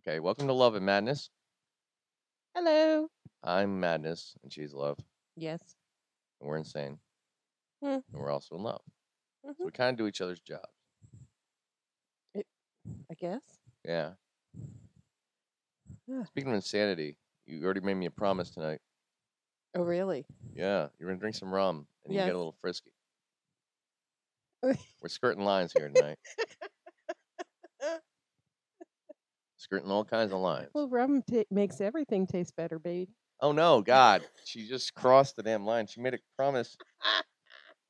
Okay, welcome to Love and Madness. Hello. I'm Madness and she's Love, Yes. and we're insane. Hmm. And we're also in love. So Mhm. we kind of do each other's jobs. I guess. Yeah. Ugh. Speaking of insanity, you already made me a promise tonight. Oh, really? Yeah, you're gonna drink some rum and you get Yes. a little frisky. We're skirting lines here tonight. skirting all kinds of lines. Well, rum ta makes everything taste better, baby. Oh no, God! She just crossed the damn line. She made a promise.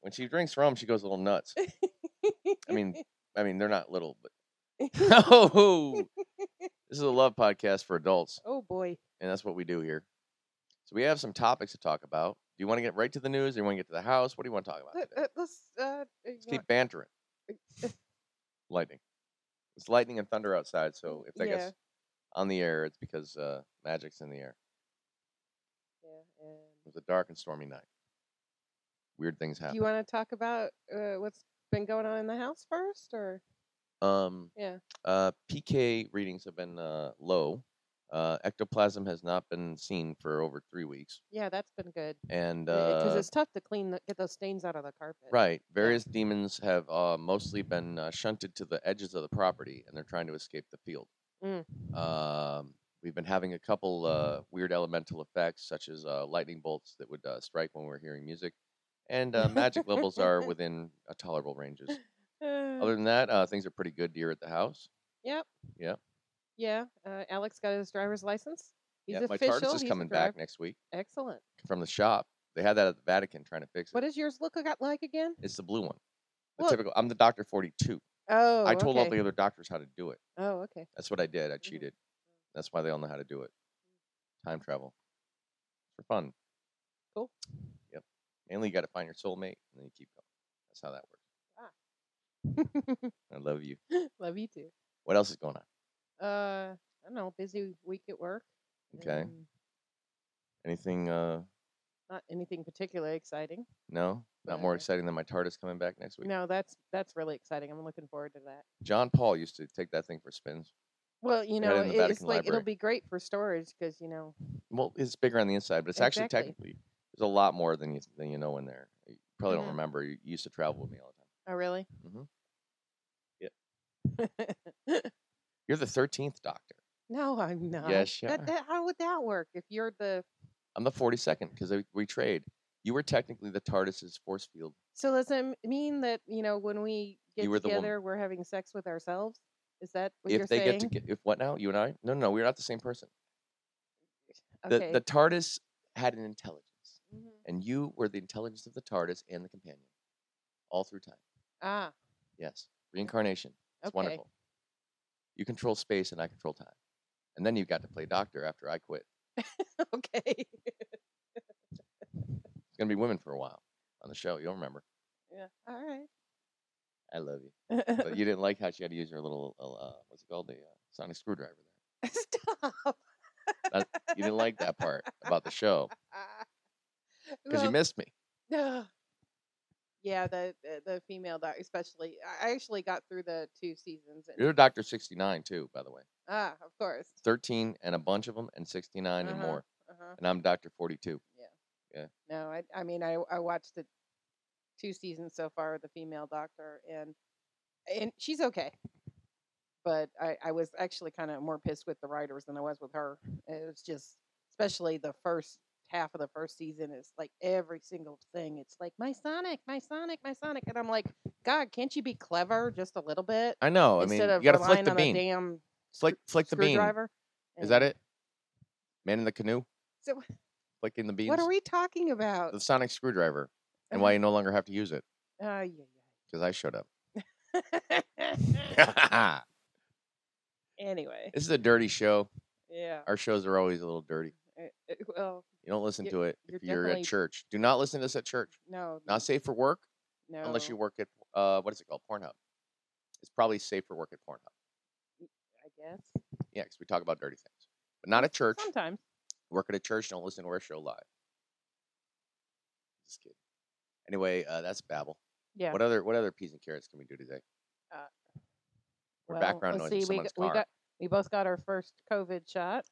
When she drinks rum, she goes a little nuts. I mean, I mean, they're not little, but oh, this is a love podcast for adults, oh boy. and that's what we do here. So we have some topics to talk about. Do you want to get right to the news? Do you want to get to the house? What do you want to talk about? Let, today? let, let's. Uh, you Let's want- uh, keep bantering. lightning. It's lightning and thunder outside, so if I Mm, yeah. guess on the air, it's because uh, magic's in the air. yeah, It was a dark and stormy night. Weird things and- Do happen. you want to talk about uh, what's been going on in the house first, or um, yeah? uh, PK readings have been uh, low. Uh, ectoplasm has not been seen for over three weeks, Yeah, that's been good and because uh, it's tough to clean the, get those stains out of the carpet. right, various demons have uh, mostly been uh, shunted to the edges of the property, and they're trying to escape the field. Mm. Um, we've been having a couple uh, weird elemental effects, such as uh, lightning bolts that would uh, strike when we're hearing music, and uh, magic levels are within uh, tolerable ranges. Uh, Other than that, uh, things are pretty good here at the house. yep. Yep. Yeah. Uh, Alex got his driver's license. He's yeah, my official. TARDIS is he's a coming driver. back next week Excellent. from the shop. They had that at the Vatican trying to fix it. What does yours look ag- like again? It's the blue one. The Well- typical. I'm the Doctor 42. Oh, I told all okay. the other doctors how to do it. Oh, okay. That's what I did. Mm-hmm. I cheated. That's why they all know how to do it. Time travel. For fun. Cool. Yep. Mainly you gotta find your soulmate and then you keep going. That's how that works. Ah. I love you. Love you too. What else is going on? Uh, I don't know. Busy week at work. Okay. um, Anything uh not anything particularly exciting. no? Not more Uh, exciting than my TARDIS coming back next week. No, that's that's really exciting. I'm looking forward to that. John Paul used to take that thing for spins. Well, you Got it know, in the it- it's Vatican like Library. it'll be great for storage because you know. Well, it's bigger on the inside, but it's actually Exactly. technically there's a lot more than you than you know in there. You probably Mhm. don't remember. You you used to travel with me all the time. Oh, really? Mhm. Yeah. Yep. You're the thirteenth doctor. no, I'm not. Yes, you are. That, that, how would that work if you're the? I'm the 42nd because we trade. You were technically the TARDIS's force field. So does it m- mean that you know when we get You were the woman. together, we're having sex with ourselves? Is that what if you're they saying? get to get, if what now? You and I? No, no, no. We're not the same person. okay. The, the TARDIS had an intelligence, Mhm. and you were the intelligence of the TARDIS and the companion, all through time. Ah, Yes, reincarnation. It's Okay. wonderful. You control space, and I control time. And then you got to play doctor after I quit. okay. It's gonna be women for a while on the show. You'll remember. yeah. All right. I love you, but you didn't like how she had to use her little uh, what's it called, the uh, sonic screwdriver. There. Stop. you didn't like that part about the show because you Ah. Well, missed me. ugh. yeah, the the, the female doc, especially. I I actually got through the two seasons. And, You're Doctor 69 too, by the way. ah, of course. 13 and a bunch of them, and 69 and Uh-huh. more. Uh-huh. And I'm Doctor 42. No, I I mean I I watched the two seasons so far with the female doctor and and she's okay. But I, I was actually kind of more pissed with the writers than I was with her. It was just, especially the first half of the first season is like every single thing. It's like my Sonic, my Sonic, my Sonic, and I'm like, God, can't you be clever just a little bit I know. I mean, instead you of gotta relying flick the on beam. a damn flick, flick the beam. screwdriver? Is And that it? Man in the canoe. So- flicking the beams. What are Uh-huh. we talking about? The sonic screwdriver, and why you no longer have to use it Ay, because I showed up. ay, ay. this anyway, is a dirty show. yeah. Our shows are always a little dirty. Uh, uh, well, You don't listen You're- to it you're if you're at definitely- church. Do not listen to us at church. no, Not safe for work. no. unless you work at uh, what is it called, Pornhub. It's probably safe for work at Pornhub. I guess Yeah, because we talk about dirty things, but not at church. sometimes. Work at a church. Don't listen to our show live. Just kidding. Anyway, uh, that's babble. Yeah. What other what other peas and carrots can we do today? Uh, Or well, background let's noise of see, we someone's got- we car. got- We both got our first COVID shot.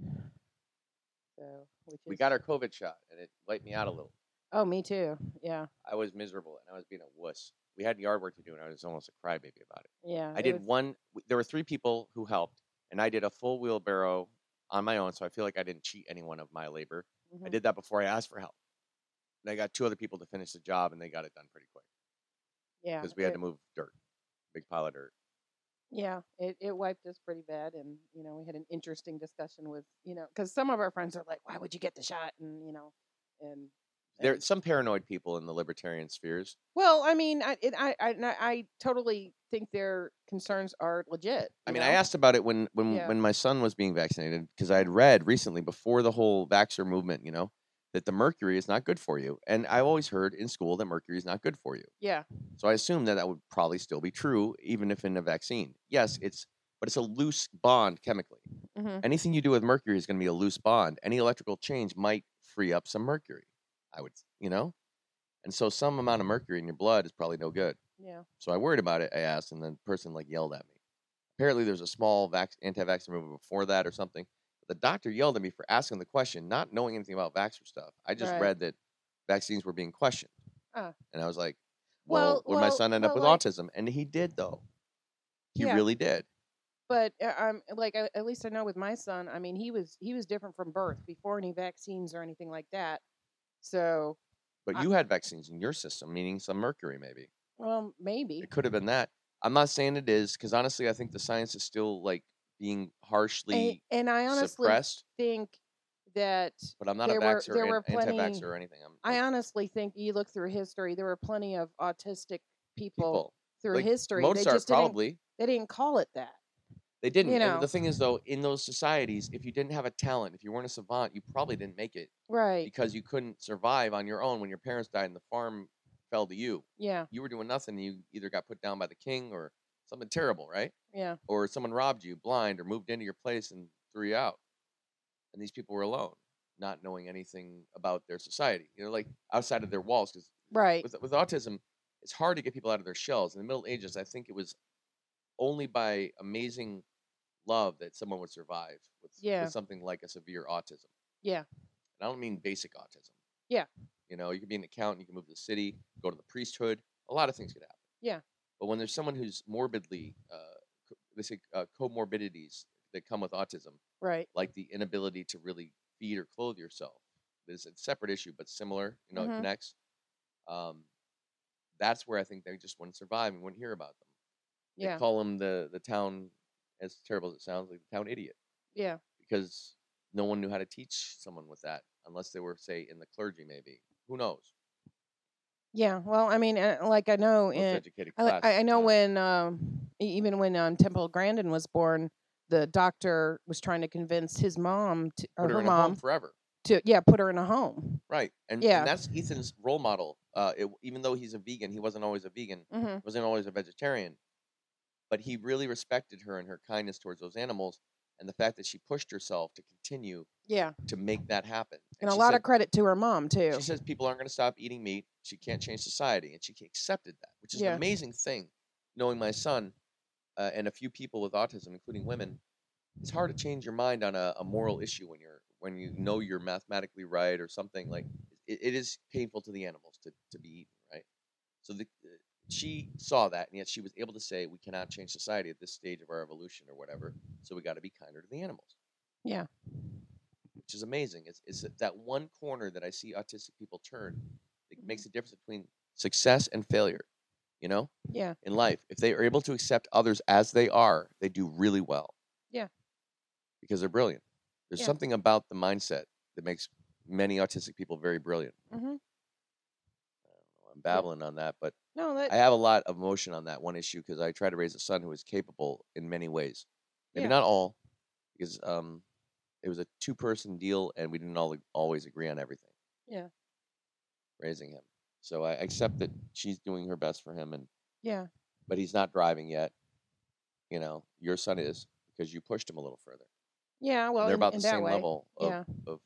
So, which is, We got our COVID shot, and it wiped me out a little. Oh, me too. Yeah, I was miserable, and I was being a wuss. We had yard work to do, and I was almost a crybaby about it. yeah. I it did was- one. w- There were three people who helped, and I did a full wheelbarrow on my own. So I feel like I didn't cheat anyone of my labor. I mhm. did that before I asked for help. And I got two other people to finish the job, and they got it done pretty quick Yeah, because we had it- to move dirt, big pile of dirt. Yeah, it, it wiped us pretty bad. And, you know, we had an interesting discussion with, you know, because some of our friends are like, why would you get the shot? And, you know, and, There, and- some paranoid people in the libertarian spheres. well, I mean, I, it, I, I, and I- I totally think their concerns are legit. I you mean, know? I asked about it when when Yeah. when my son was being vaccinated because I had read recently before the whole vaxxer movement, you know, that the mercury is not good for you. And I always heard in school that mercury is not good for you. Yeah. So I assume that that would probably still be true, even if in a vaccine. Yes, it's but it's a loose bond chemically. hmm Anything you do with mercury is going to be a loose bond. Any electrical change might free up some mercury. I would, you know, and so some amount of mercury in your blood is probably no good. Yeah. So I worried about it. I asked, and the person like yelled at me. Apparently, there's a small vac- anti-vaxxer movement before that or something. The doctor yelled at me for asking the question, not knowing anything about vaxxer stuff. I just Right. read that vaccines were being questioned, Ah. and I was like, Well- "Well, would my well- son end up with well, like- autism?" And he did, though. He Yeah. really did. But uh, I'm like, I, at least I know with my son, I mean, he was, he was different from birth before any vaccines or anything like that. So, But I- you had vaccines in your system, meaning some mercury, maybe. well, maybe. It could have been that. I'm not saying it is, because honestly, I think the science is still like being And, harshly and Eh, I honestly suppressed. think that But I'm not there a were- vaxxer, there an- were plenty- anti-vaxxer, or anything. I'm I like, honestly think you look through history, there were plenty of autistic people, people. through like, history. they Mozart just probably. didn't, they didn't call it that. They didn't. you And know. the thing is, though, in those societies, if you didn't have a talent, if you weren't a savant, you probably didn't make it Right. because you couldn't survive on your own when your parents died and the farm fell to you. Yeah. You were doing nothing. And you either got put down by the king or something terrible, right? Yeah. Or someone robbed you blind or moved into your place and threw you out. And these people were alone, not knowing anything about their society. You know, like outside of their walls, because Right. with, with autism, it's hard to get people out of their shells. In the Middle Ages, I think it was only by amazing love that someone would survive with, Yeah. with something like a severe autism. Yeah. And I don't mean basic autism. Yeah. You know, you could be an accountant, you can move to the city, go to the priesthood. A lot of things could happen. Yeah. But when there's someone who's morbidly, uh, co- they say uh, comorbidities that come with autism, Right. like the inability to really feed or clothe yourself. It's a separate issue, but similar. You know, Mhm. it connects. Um, that's where I think they just wouldn't survive and wouldn't hear about them. They Yeah. call them the the town, as terrible as it sounds, like the town idiot, Yeah. because no one knew how to teach someone with that, unless they were, say, in the clergy, maybe. Who knows? Yeah. Well, I mean, uh, like I know Most in, educated I, li- class I I know sometimes. when um, e- even when um, Temple Grandin was born, the doctor was trying to convince his mom to, or put her her in a home mom forever. to yeah put her in a home. Right, and, Yeah. and that's Ethan's role model. Uh, it, even though he's a vegan, he wasn't always a vegan. Mm-hmm. wasn't always a vegetarian, but he really respected her and her kindness towards those animals and the fact that she pushed herself to continue Yeah. to make that happen. And, a she lot said- of credit to her mom too. She says people aren't going to stop eating meat. She can't change society, and she c- accepted that, which is Yeah. an amazing thing. Knowing my son uh, and a few people with autism, including women, it's hard to change your mind on a, a moral issue when you're when you know you're mathematically right or something like it, it is painful to the animals to, to be eaten, right? So the, uh, she saw that, and yet she was able to say, "We cannot change society at this stage of our evolution, or whatever. So we got to be kinder to the animals." Yeah. which is amazing. It's, it's that- that one corner that I see autistic people turn that makes Mm-hmm. the difference between success and failure, you know, Yeah. in life. If they are able to accept others as they are, they do really well. Yeah. Because they're brilliant. There's Yeah. something about the mindset that makes many autistic people very brilliant. Mm-hmm. I'm babbling on that, but No, that I have a lot of emotion on that one issue because I try to raise a son who is capable in many ways. Maybe Yeah. not all, because um, it was a two-person deal and we didn't all ag- always agree on everything. Yeah. Raising him, so I accept that she's doing her best for him, and yeah but he's not driving yet. You know, your son is because you pushed him a little further. yeah. Well, They're in, about in the that same way. level of yeah. of,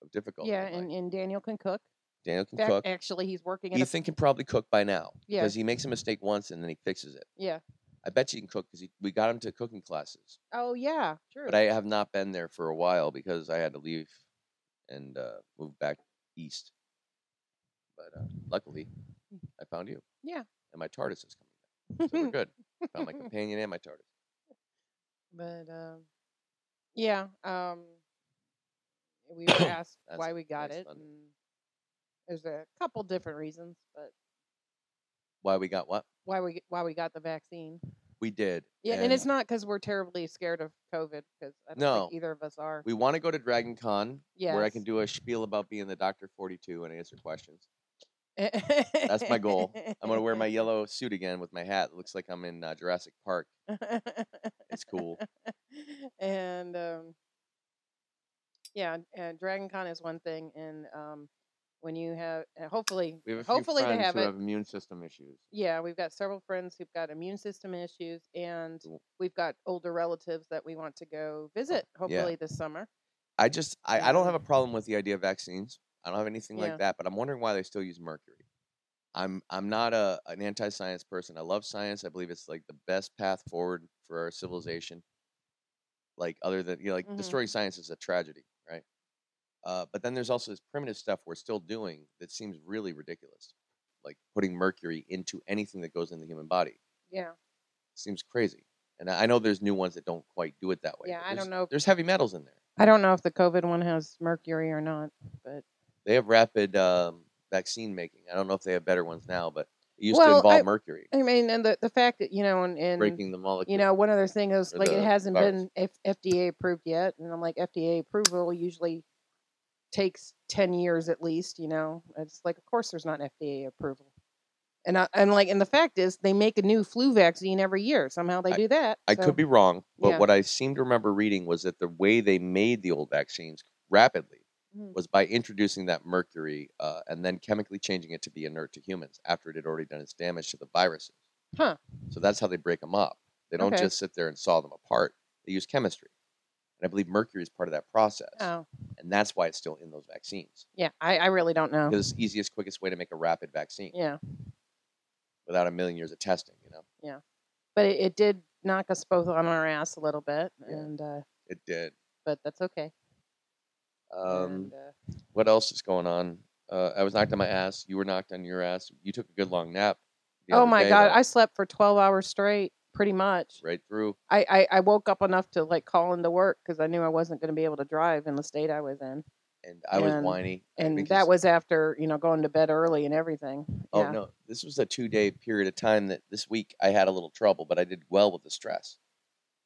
of difficulty. Yeah, in life. and, and Daniel can cook. Daniel In can fact, cook. actually, he's working at a Ethan can probably cook by now Yeah. because he makes a mistake once and then he fixes it. yeah. I bet you can cook because we got him to cooking classes. Oh yeah, true. But I have not been there for a while because I had to leave and uh, move back east. But uh, luckily, I found you. Mm. Yeah. And my TARDIS is coming back. So we're good. found my companion and my TARDIS. but um, yeah, um, we were asked That's why we got nice it. And thunder. there's a couple different reasons, but Why we got what? why we why we got the vaccine. We did. Yeah, and, it's not because we're terribly scared of COVID, because I don't No. think either of us are. We want to go to Dragon Con where I can Yes. do a spiel about being the Doctor 42 and answer questions. That's my goal. I'm going to wear my yellow suit again with my hat. It looks like I'm in uh, Jurassic Park. It's cool. and um, yeah, and- and Dragon Con is one thing, and um, when you have, and hopefully, We have a few hopefully friends they have who it. have immune system issues. yeah, we've got several friends who've got immune system issues, and Cool. we've got older relatives that we want to Oh, go visit. Hopefully this summer. I just, I, I don't have Yeah. a problem with the idea of vaccines. I don't have anything Mm. Yeah. like that, but I'm wondering why they still use mercury. I'm, I'm not a, an anti-science person. I love science. I believe it's like the best path forward for our civilization. Like other than, you know, like Mhm. destroying science is a tragedy, right? Uh, but then there's also this primitive stuff we're still doing that seems really ridiculous. Like putting mercury into anything that goes in the human body. Yeah, seems crazy. And I I know there's new ones that don't quite do it that way. Yeah, but I don't there's- know. There's heavy metals in there. I don't know if the COVID one has mercury or not, but They have rapid um, vaccine making. I don't know if they have better ones now, but it used to Well, involve I- mercury I mean, and the, the fact that you know, and, and breaking the molecule. you know, one other thing is or like the it hasn't virus. been F- FDA approved yet, and I'm like FDA approval usually takes ten years at least. You know, it's like of course there's not FDA approval, and I, and like and the fact is they make a new flu vaccine every year. Somehow they I- do that. I so- could be wrong, but Yeah. what I seem to remember reading was that the way they made the old vaccines rapidly Mm. was by introducing that mercury uh, and then chemically changing it to be inert to humans after it had already done its damage to the viruses. Huh. So that's how they break them up. They don't Okay. just sit there and saw them apart. They use chemistry, and I believe mercury is part of that process, Oh and that's why it's still in those vaccines yeah, I, I really don't know. because it's the easiest, quickest way to make a rapid vaccine Uh-huh. Yeah, without a million years of testing. You know, but it, it did knock us both on our ass a little bit, Yeah. and uh, it did. but that's okay. Um, and, uh, what else is going on? Uh, I was knocked on my ass. You were knocked on your ass. You took a good long nap. the oh other my day, god, though, I slept for twelve hours straight, pretty much. right through. I, I, I woke up enough to like call into work because I knew I wasn't going to be able to drive in the state I was in, and I was And- whiny. I and think that it's- was after you know going to bed early and everything. Oh yeah. no, this was a two day period of time that this week I had a little trouble, but I did well with the stress.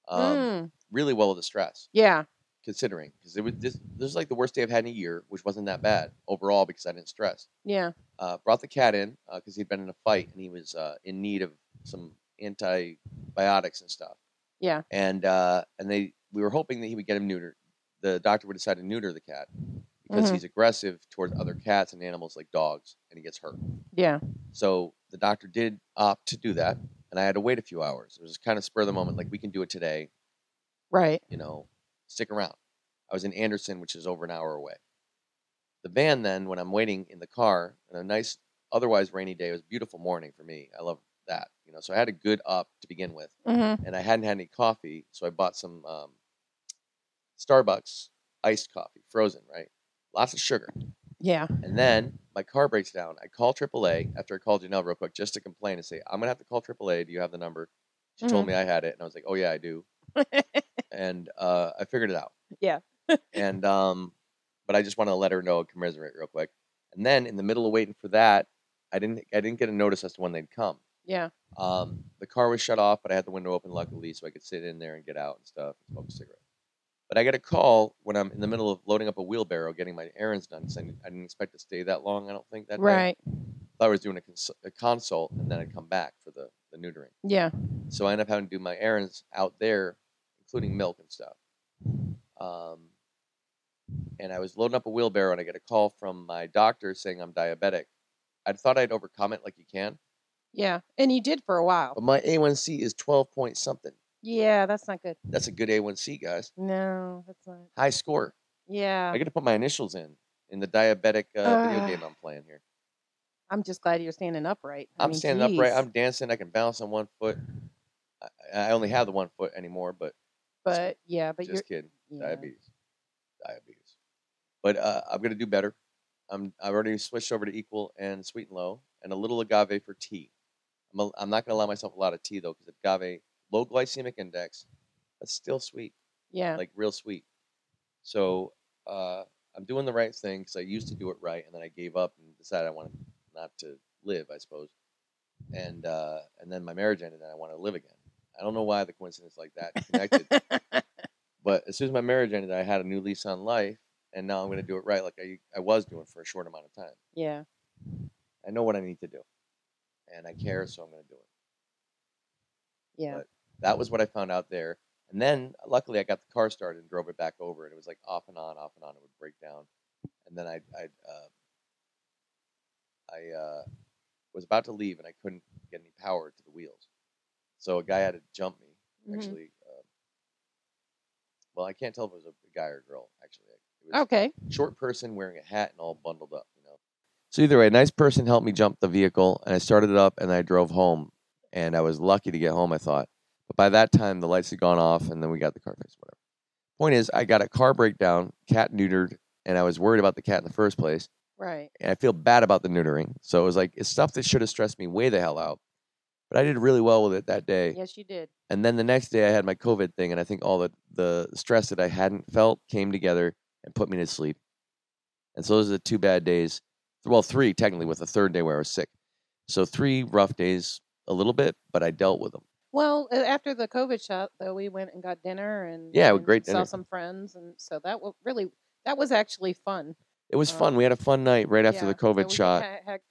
Um, Mm, Really well with the stress, yeah, considering because it was this. This was like the worst day I've had in a year, which wasn't that bad overall because I didn't stress. yeah, Uh, brought the cat in because he'd been in a fight and he was uh, in need of some antibiotics and stuff. yeah. and uh, and they we were hoping that he would get him neutered. The doctor would decide to neuter the cat because Mhm. he's aggressive towards other cats and animals like dogs, and he gets hurt. Yeah. So the doctor did opt to do that, and I had to wait a few hours. It was kind of spur of the moment, like we can do it today. Right. You know, stick around. I was in Anderson, which is over an hour away. The van then, when I'm waiting in the car, on a nice, otherwise rainy day, it was a beautiful morning for me. I love that. You know, so I had a good up to begin with hmm and I hadn't had any coffee, so I bought some um, Starbucks iced coffee, frozen, right? Lots of sugar. Yeah. And then my car breaks down. I call AAA after I called Janelle real quick just to complain and say, I'm going to have to call AAA. Do you have the number? She told me I had it, and I was like, oh, yeah, I do. and uh, I figured it out. Yeah. and, um, but I just want to let her know and commiserate real quick. And then in the middle of waiting for that, I didn't, I didn't get a notice as to when they'd come. Yeah. Um, the car was shut off, but I had the window open luckily, so I could sit in there and get out and stuff and smoke a cigarette. But I get a call when I'm in the middle of loading up a wheelbarrow, getting my errands done, because I, didn't- I didn't expect to stay that long. I don't think that Day. Right. Thought I was doing a, cons- a consult, and then I'd come back for the, the neutering. Yeah. So I end up having to do my errands out there, including milk and stuff. Um, and I was loading up a wheelbarrow, and I get a call from my doctor saying I'm diabetic. I thought I'd overcome it like you can, Yeah. And you did for a while. but my A1C is 12 point something. Yeah, that's not good. That's a good A1C, guys. No, that's not. High score. Yeah. I got to put my initials in in the diabetic uh, video Uh Ah. game I'm playing here. I'm just glad you're standing upright. I I'm mean, standing upright. geez. I'm dancing. I can balance on one foot. I, I only have the one foot anymore, but But yeah, but you're just kidding. yeah. Diabetes, diabetes. But uh, I'm gonna do better. I'm I've already switched over to equal and sweet and low, and a little agave for tea. I'm a, I'm not gonna allow myself a lot of tea though, because agave low glycemic index, that's still sweet, Yeah. like real sweet. So uh, I'm doing the right thing because I used to do it right, and then I gave up and decided I wanted not to live, I suppose. And uh, and then my marriage ended, and I wanted to live again. I don't know why the coincidence like that connected. But as soon as my marriage ended, I had a new lease on life, and now I'm going to do it right, like I, I was doing for a short amount of time. yeah. I know what I need to do, and I care, so I'm going to do it. Yeah. but- That was what I found out there. And then, luckily, I got the car started and drove it back over, and it was like off and on, off and on. It would break down, and then I I uh, I uh, was about to leave, and I couldn't get any power to the wheels, so a guy had to jump me Mhm. actually. Uh, well, I can't tell if it was a guy or a girl. Actually, it was, Okay. short person wearing a hat and all bundled up, you know. So either way, a nice person helped me jump the vehicle, and I started it up, and I drove home, and I was lucky to get home. I thought, but by that time the lights had gone off, and then we got the car fixed. Whatever. Point is, I got a car breakdown, cat neutered, and I was worried about the cat in the first place, Right. and I feel bad about the neutering. So it was like it's stuff that should have stressed me way the hell out, but I did really well with it that day. Yes, you did. And then the next day I had my COVID thing, and I think all the, the stress that I hadn't felt came together and put me to sleep. And so those are the two bad days. Well, three technically, with the third day where I was sick. So three rough days, a little bit, but I dealt with them. Well, a- after the COVID shot, though, we went and got dinner and Yeah, and great saw dinner. some friends, and so that was really that was actually fun. It was Wow. fun. We had a fun night right after Oh. Yeah, the COVID so shot,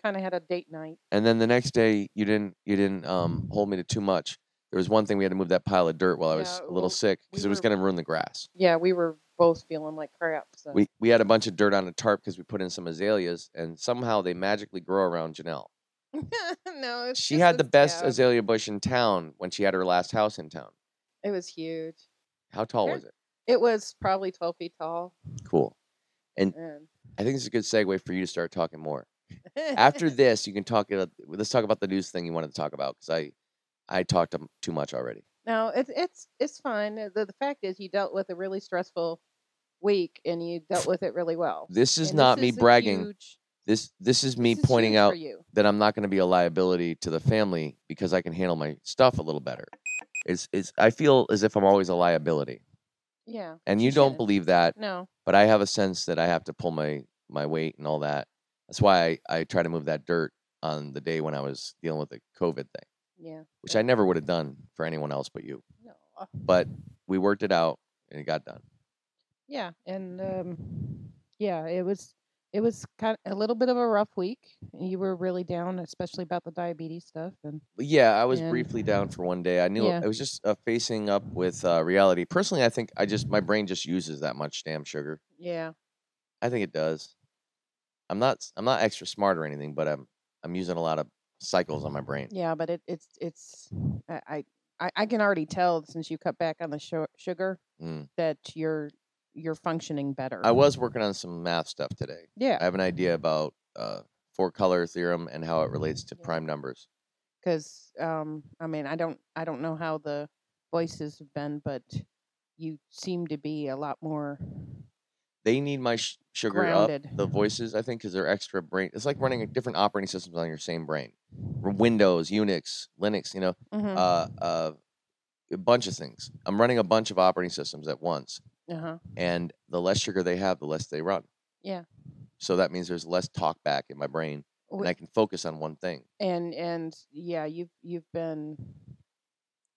kind of had a date night. and then the next day you didn't you didn't um, hold me to too much. There was one thing we had to move that pile of dirt while I was Yeah, a well, little sick we because it was were- going to ruin the grass. Yeah, we were both feeling like crap. So we we had a bunch of dirt on a tarp because we put in some azaleas, and somehow they magically grow around Janelle. no, it's She just had the it's- best yeah, azalea bush in town when she had her last house in town. It was huge. How tall Sure. was it? It was probably twelve feet tall. Cool. And I think this is a good segue for you to start talking more. After this, you can talk. About, let's talk about the news thing you wanted to talk about because I I talked um, too much already. No, it's it's it's fine. Uh, The, the fact is, you dealt with a really stressful week, and you dealt with it really well. This is And not me is a bragging. huge- this this is this me is pointing huge for out you. that I'm not going to be a liability to the family because I can handle my stuff a little better. It's it's I feel as if I'm always a liability. Yeah. and but you don't shouldn't. believe that No. but i have a sense that i have to pull my my weight and all that that's why i, I try to move that dirt on the day when i was dealing with the covid thing Yeah. which i never would have done for anyone else but you No. uh, but we worked it out and it got done Yeah, and um, yeah, it was it was kind of a little bit of a rough week. and You were really down, especially about the diabetes stuff, and but yeah i was And- briefly down for one day i knew Yeah. it was just uh, facing up with uh, reality personally i think i just my brain just uses that much damn sugar yeah, i think it does i'm not s- i'm not extra smart or anything but i'm i'm using a lot of cycles on my brain yeah. But it, it's it's I, I- I I can already tell since you cut back on the shu- sugar Mm. that you're you're functioning better. i was working on some math stuff today I yeah, have an idea about uh, four color theorem and how it relates to Yeah. prime numbers. because um, I mean, I don't I don't know how the voices have been, but you seem to be a lot more They need my sh- sugar Grounded. up the voices, I think, because they're extra brain. It's like running a different operating systems on your same brain. R- Windows, Unix, Linux, you know, mhm, uh, uh, a bunch of things. I'm running a bunch of operating systems at once, uh-huh. and the less sugar they have, the less they run. Yeah. So that means there's less talk back in my brain, Wh- and I can focus on one thing. and and yeah you've you've been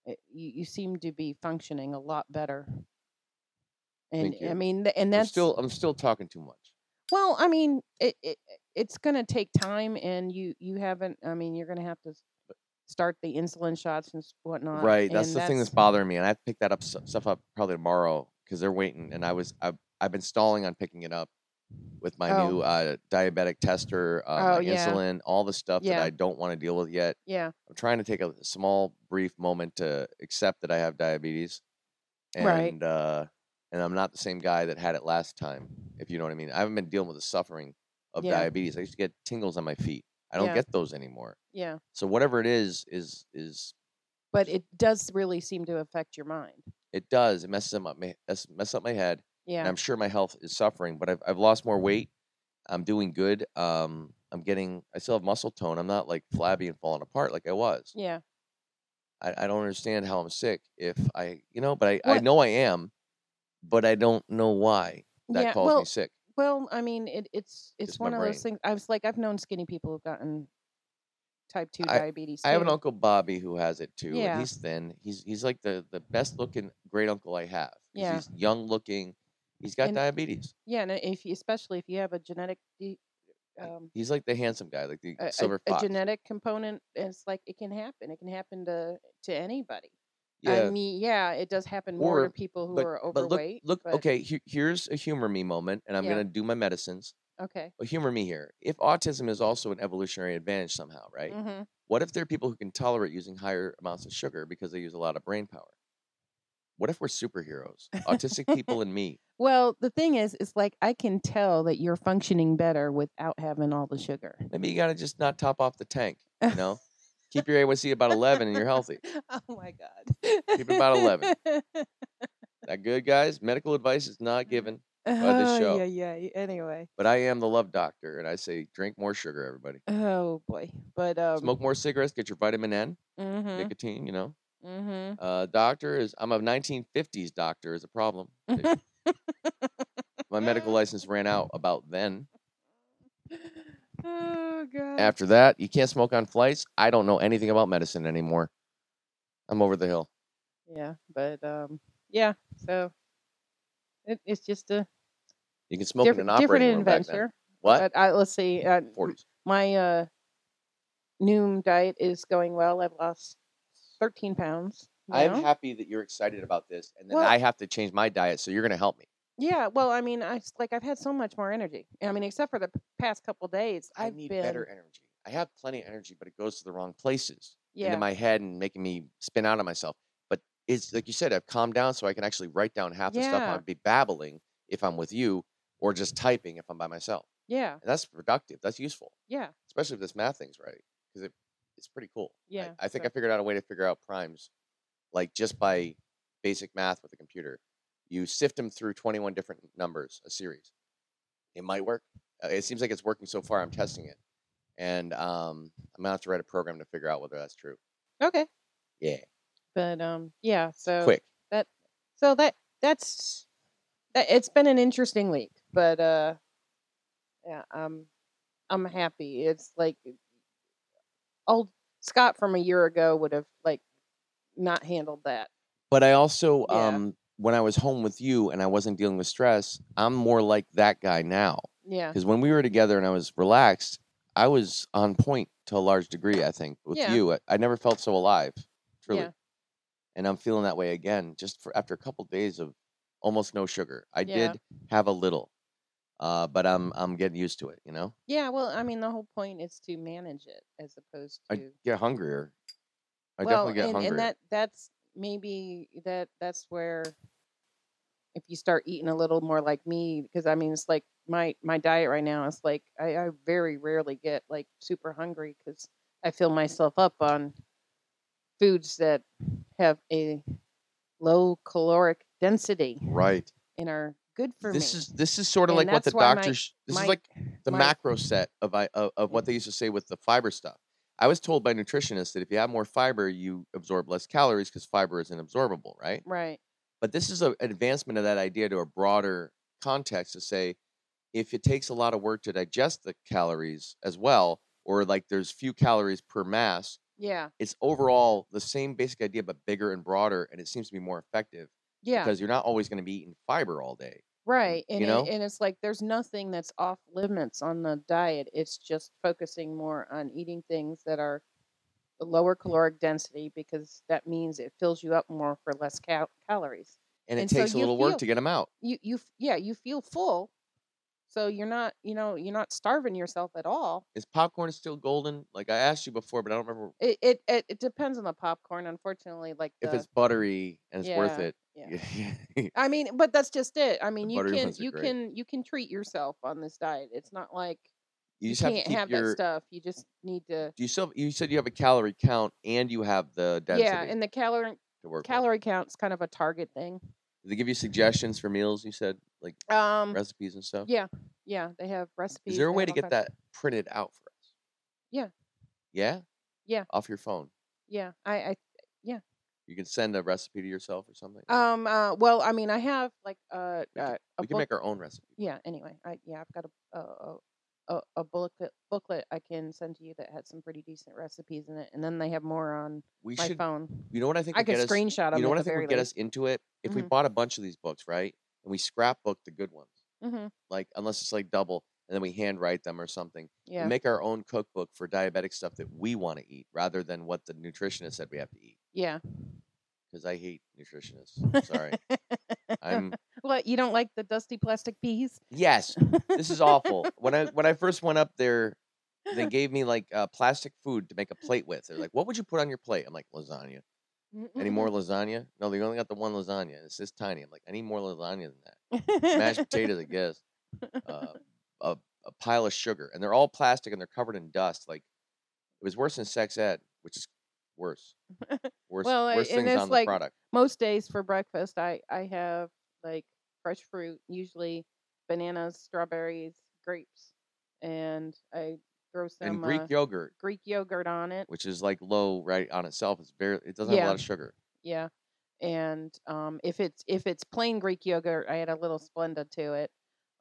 uh, you, you seem to be functioning a lot better and Thank you. i mean th- and I'm that's still, I'm still talking too much. well i mean it, it it's going to take time and you you haven't i mean you're going to have to s- start the insulin shots and s- whatnot Right, that's and the thing that's bothering me, and I have to pick that up s- stuff up probably tomorrow because they're waiting, and I was I've, I've been stalling on picking it up with my Oh. new uh, diabetic tester, uh, Oh, my yeah. insulin, all the stuff Yeah. that I don't want to deal with yet. yeah I'm trying to take a small, brief moment to accept that I have diabetes, and Right. uh, and I'm not the same guy that had it last time. If you know what I mean, I haven't been dealing with the suffering of Yeah. diabetes. I used to get tingles on my feet. I don't Yeah. get those anymore. yeah So whatever it is, is is but it does really seem to affect your mind. It does. It messes up my mess mess up my head. and Yeah. Mm-hmm. I'm sure my health is suffering, but I've, I've lost more weight. I'm doing good. Um, I'm getting, I still have muscle tone. I'm not like flabby and falling apart like I was. Yeah. I, I don't understand how I'm sick if I, you know, but I, I What- know I am, but I don't know why that yeah. calls well, me sick. well, I mean, it, it's it's Just my one of those brain. things. I was like, I've known skinny people who've gotten type two I- diabetes. I have an too. uncle Bobby who has it too, Yeah. and he's thin. He's he's like the the best looking great uncle I have. 'cause Yeah. He's young looking. He's got And- diabetes. Yeah, and if you, especially if you have a genetic de- um, He's like the handsome guy, like the a, a- silver a fox. genetic component, it's like it can happen. It can happen to to anybody. yeah. I mean, yeah, it does happen more Or- to people who but, are but look, overweight. look but- okay, he- here's a humor me moment, and I'm Yeah. going to do my medicines. Okay. But humor me here. If autism is also an evolutionary advantage somehow, right? hmm What if there are people who can tolerate using higher amounts of sugar because they use a lot of brain power? What if we're superheroes? Autistic people and me. Well, the thing is, it's like I can tell that you're functioning better without having all the sugar. Maybe you got to just not top off the tank, you know? Keep your A1C about 11 and you're healthy. Oh my god. it about 11. That good, guys? Medical advice is not Mm. given, oh, show. Yeah, yeah. y- Anyway. but I am the love doctor, and I say drink more sugar, everybody. Oh boy. But um Smoke more cigarettes, get your vitamin N, hmm nicotine, you know? hmm Uh, doctor is I'm a 1950s doctor is a problem. They- My medical license ran out about then. Oh god. After that, you can't smoke on flights. I don't know anything about medicine anymore. I'm over the hill. Yeah, but um yeah, so it, it's just a You can smoke in different, an different operating room back then. adventure. What? But I, let's see. Uh, 40s. my uh noom diet is going well. I've lost 13 pounds. I am now. happy that you're excited about this, and then Well- I have to change my diet, so you're going to help me. Yeah, well, I mean, I s- like I've had so much more energy. I mean, except for the p- past couple days, I I've need been better energy. I have plenty of energy, but it goes to the wrong places yeah, into my head and making me spin out of myself. But it's like you said, I've calmed down so I can actually write down half the stuff Yeah. I'd be babbling if I'm with you, or just typing if I'm by myself. yeah, And that's productive. That's useful, yeah, especially if this math thing's right, because it, it's pretty cool. I- Yeah, I, think so- I figured out a way to figure out primes, like just by basic math with a computer. You sift them through 21 different numbers, a series. It might work. Uh, It seems like it's working so far. I'm testing it, and um, I'm gonna have to write a program to figure out whether that's true. okay, Yeah, but um, yeah, so quick. so that that's that, it's been an interesting week, but uh, yeah, um, I'm happy. It's like uh, old Scott from a year ago would have like not handled that. But I also, Yeah. um, when I was home with you and I wasn't dealing with stress, I'm more like that guy now. Yeah, Because when we were together and I was relaxed, I was on point to a large degree, I think, with Yeah. you. I, I never felt so alive, truly. Yeah. And I'm feeling that way again just for after a couple days of almost no sugar. I Yeah. did have a little, uh, but I'm I'm getting used to it, you know? yeah. Well, I mean, the whole point is to manage it as opposed to. I get hungrier. I well, definitely get and, hungrier. and that that's maybe that that's where if you start eating a little more like me, because I mean it's like my my diet right now is like I, I very rarely get like super hungry because I fill myself up on foods that have a low caloric density right. and are good for This me. is this is sort of And like what the that's why my- doctors this my- is like the my- macro set of I of, of Yeah. what they used to say with the fiber stuff. I was told by nutritionists that if you have more fiber, you absorb less calories because fiber isn't absorbable, right? right. But this is a, an advancement of that idea to a broader context to say if it takes a lot of work to digest the calories as well, or like there's few calories per mass, Yeah. it's overall the same basic idea but bigger and broader, and it seems to be more effective Yeah. because you're not always going to be eating fiber all day. Right. And Mm, you it- know? and it's like there's nothing that's off limits on the diet. It's just focusing more on eating things that are a lower caloric density because that means it fills you up more for less cal- calories. And it And so takes a you little work feel- to get them out. You you f- yeah, you feel full. So you're not, you know, you're not starving yourself at all. Is popcorn still golden? Like I asked you before, but I don't remember It it it, it depends on the popcorn unfortunately like the if it's buttery and it's worth yeah, it. Yeah. I mean, but that's just it. I mean, you buttery can ones are you great. can you can treat yourself on this diet. It's not like You just have can't to keep have your. that stuff. You just need to. Do you still? You said you have a calorie count and you have the density Yeah, and the calorie to work. with. calorie count's kind of a target thing. Do they give you suggestions for meals? You said like Um, recipes and stuff. yeah, yeah, they have recipes. Is there a they way have to all get kinds of- that printed out for us? Yeah. Yeah. Yeah. Off your phone, Yeah, I, I you can send a recipe to yourself or something. Um. Uh, well, I mean, I have like uh, We uh, a we can book. make our own recipe. yeah. Anyway, I yeah, I've got a a, a- a a booklet booklet I can send to you that has some pretty decent recipes in it, and then they have more on We my should. phone. You know what I think? I would could get us- screenshot them. You know at what I the think very would get us into it if we Mhm. bought a bunch of these books, right? And we scrapbook the good ones, hmm like unless it's like double, and then we handwrite them or something. Yeah. and make our own cookbook for diabetic stuff that we want to eat rather than what the nutritionist said we have to eat. yeah. Because I hate nutritionists. Sorry. I'm What you don't like the dusty plastic peas? yes, this is awful. When I when I first went up there, they gave me like uh, plastic food to make a plate with. They're like, "What would you put on your plate?" I'm like, "Lasagna." Mm-hmm. Any more lasagna? No, they only got the one lasagna. and It's this tiny. I'm like, "I need more lasagna than that." mashed potatoes, I guess, uh, a, a pile of sugar, and they're all plastic and they're covered in dust. Like it was worse than sex ed, which is worse. Worse, Well, uh, worse and things it's on like- the product. most days for breakfast i i have like fresh fruit usually bananas strawberries grapes and i throw some And Greek uh, yogurt, greek yogurt on it which is like low right on itself, is very it doesn't have a Yeah. lot of sugar. yeah and um if it's if it's plain greek yogurt i add a little Mm-hmm. splenda to it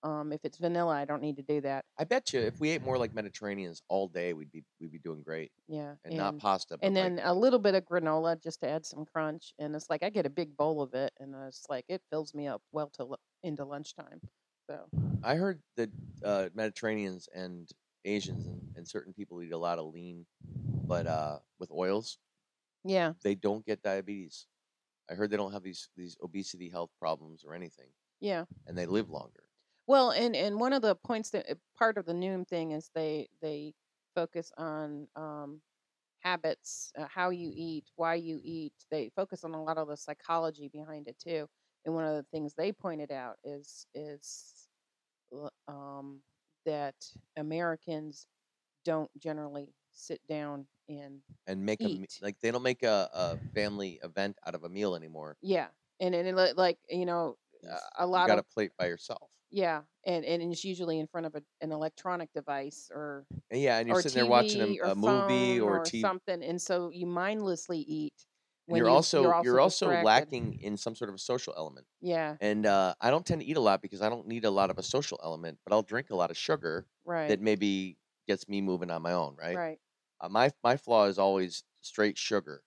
um if it's vanilla i don't need to do that I bet you if we ate more like Mediterraneans all day, we'd be we'd be doing great yeah and, not pasta. But and like, then a little bit of granola just to add some crunch and it's like i get a big bowl of it and it's like it fills me up well till into lunchtime so I heard that uh, Mediterraneans and Asians and, and certain people eat a lot of lean, but uh, with oils. yeah they don't get diabetes. I heard they don't have these these obesity health problems or anything, yeah and they live longer. Well, and and one of the points that uh, part of the Noom thing is they they focus on um, habits, uh, how you eat, why you eat. They focus on a lot of the psychology behind it too. And one of the things they pointed out is is l- um, that Americans don't generally sit down and And make a me- Eat. like they don't make a, a family event out of a meal anymore. yeah, and and it li- like you know You uh, just- a you lot got of a plate by yourself. yeah, and and it's usually in front of a, an electronic device or And yeah, and you're or sitting there watching a, TV m- or a movie phone or, or TV. something, and so you mindlessly eat. and you're you- also you're also, distracted. lacking in some sort of a social element. Yeah, And uh, I don't tend to eat a lot because I don't need a lot of a social element, but I'll drink a lot of sugar right, that maybe gets me moving on my own. Right. right, Uh, my my flaw is always straight sugar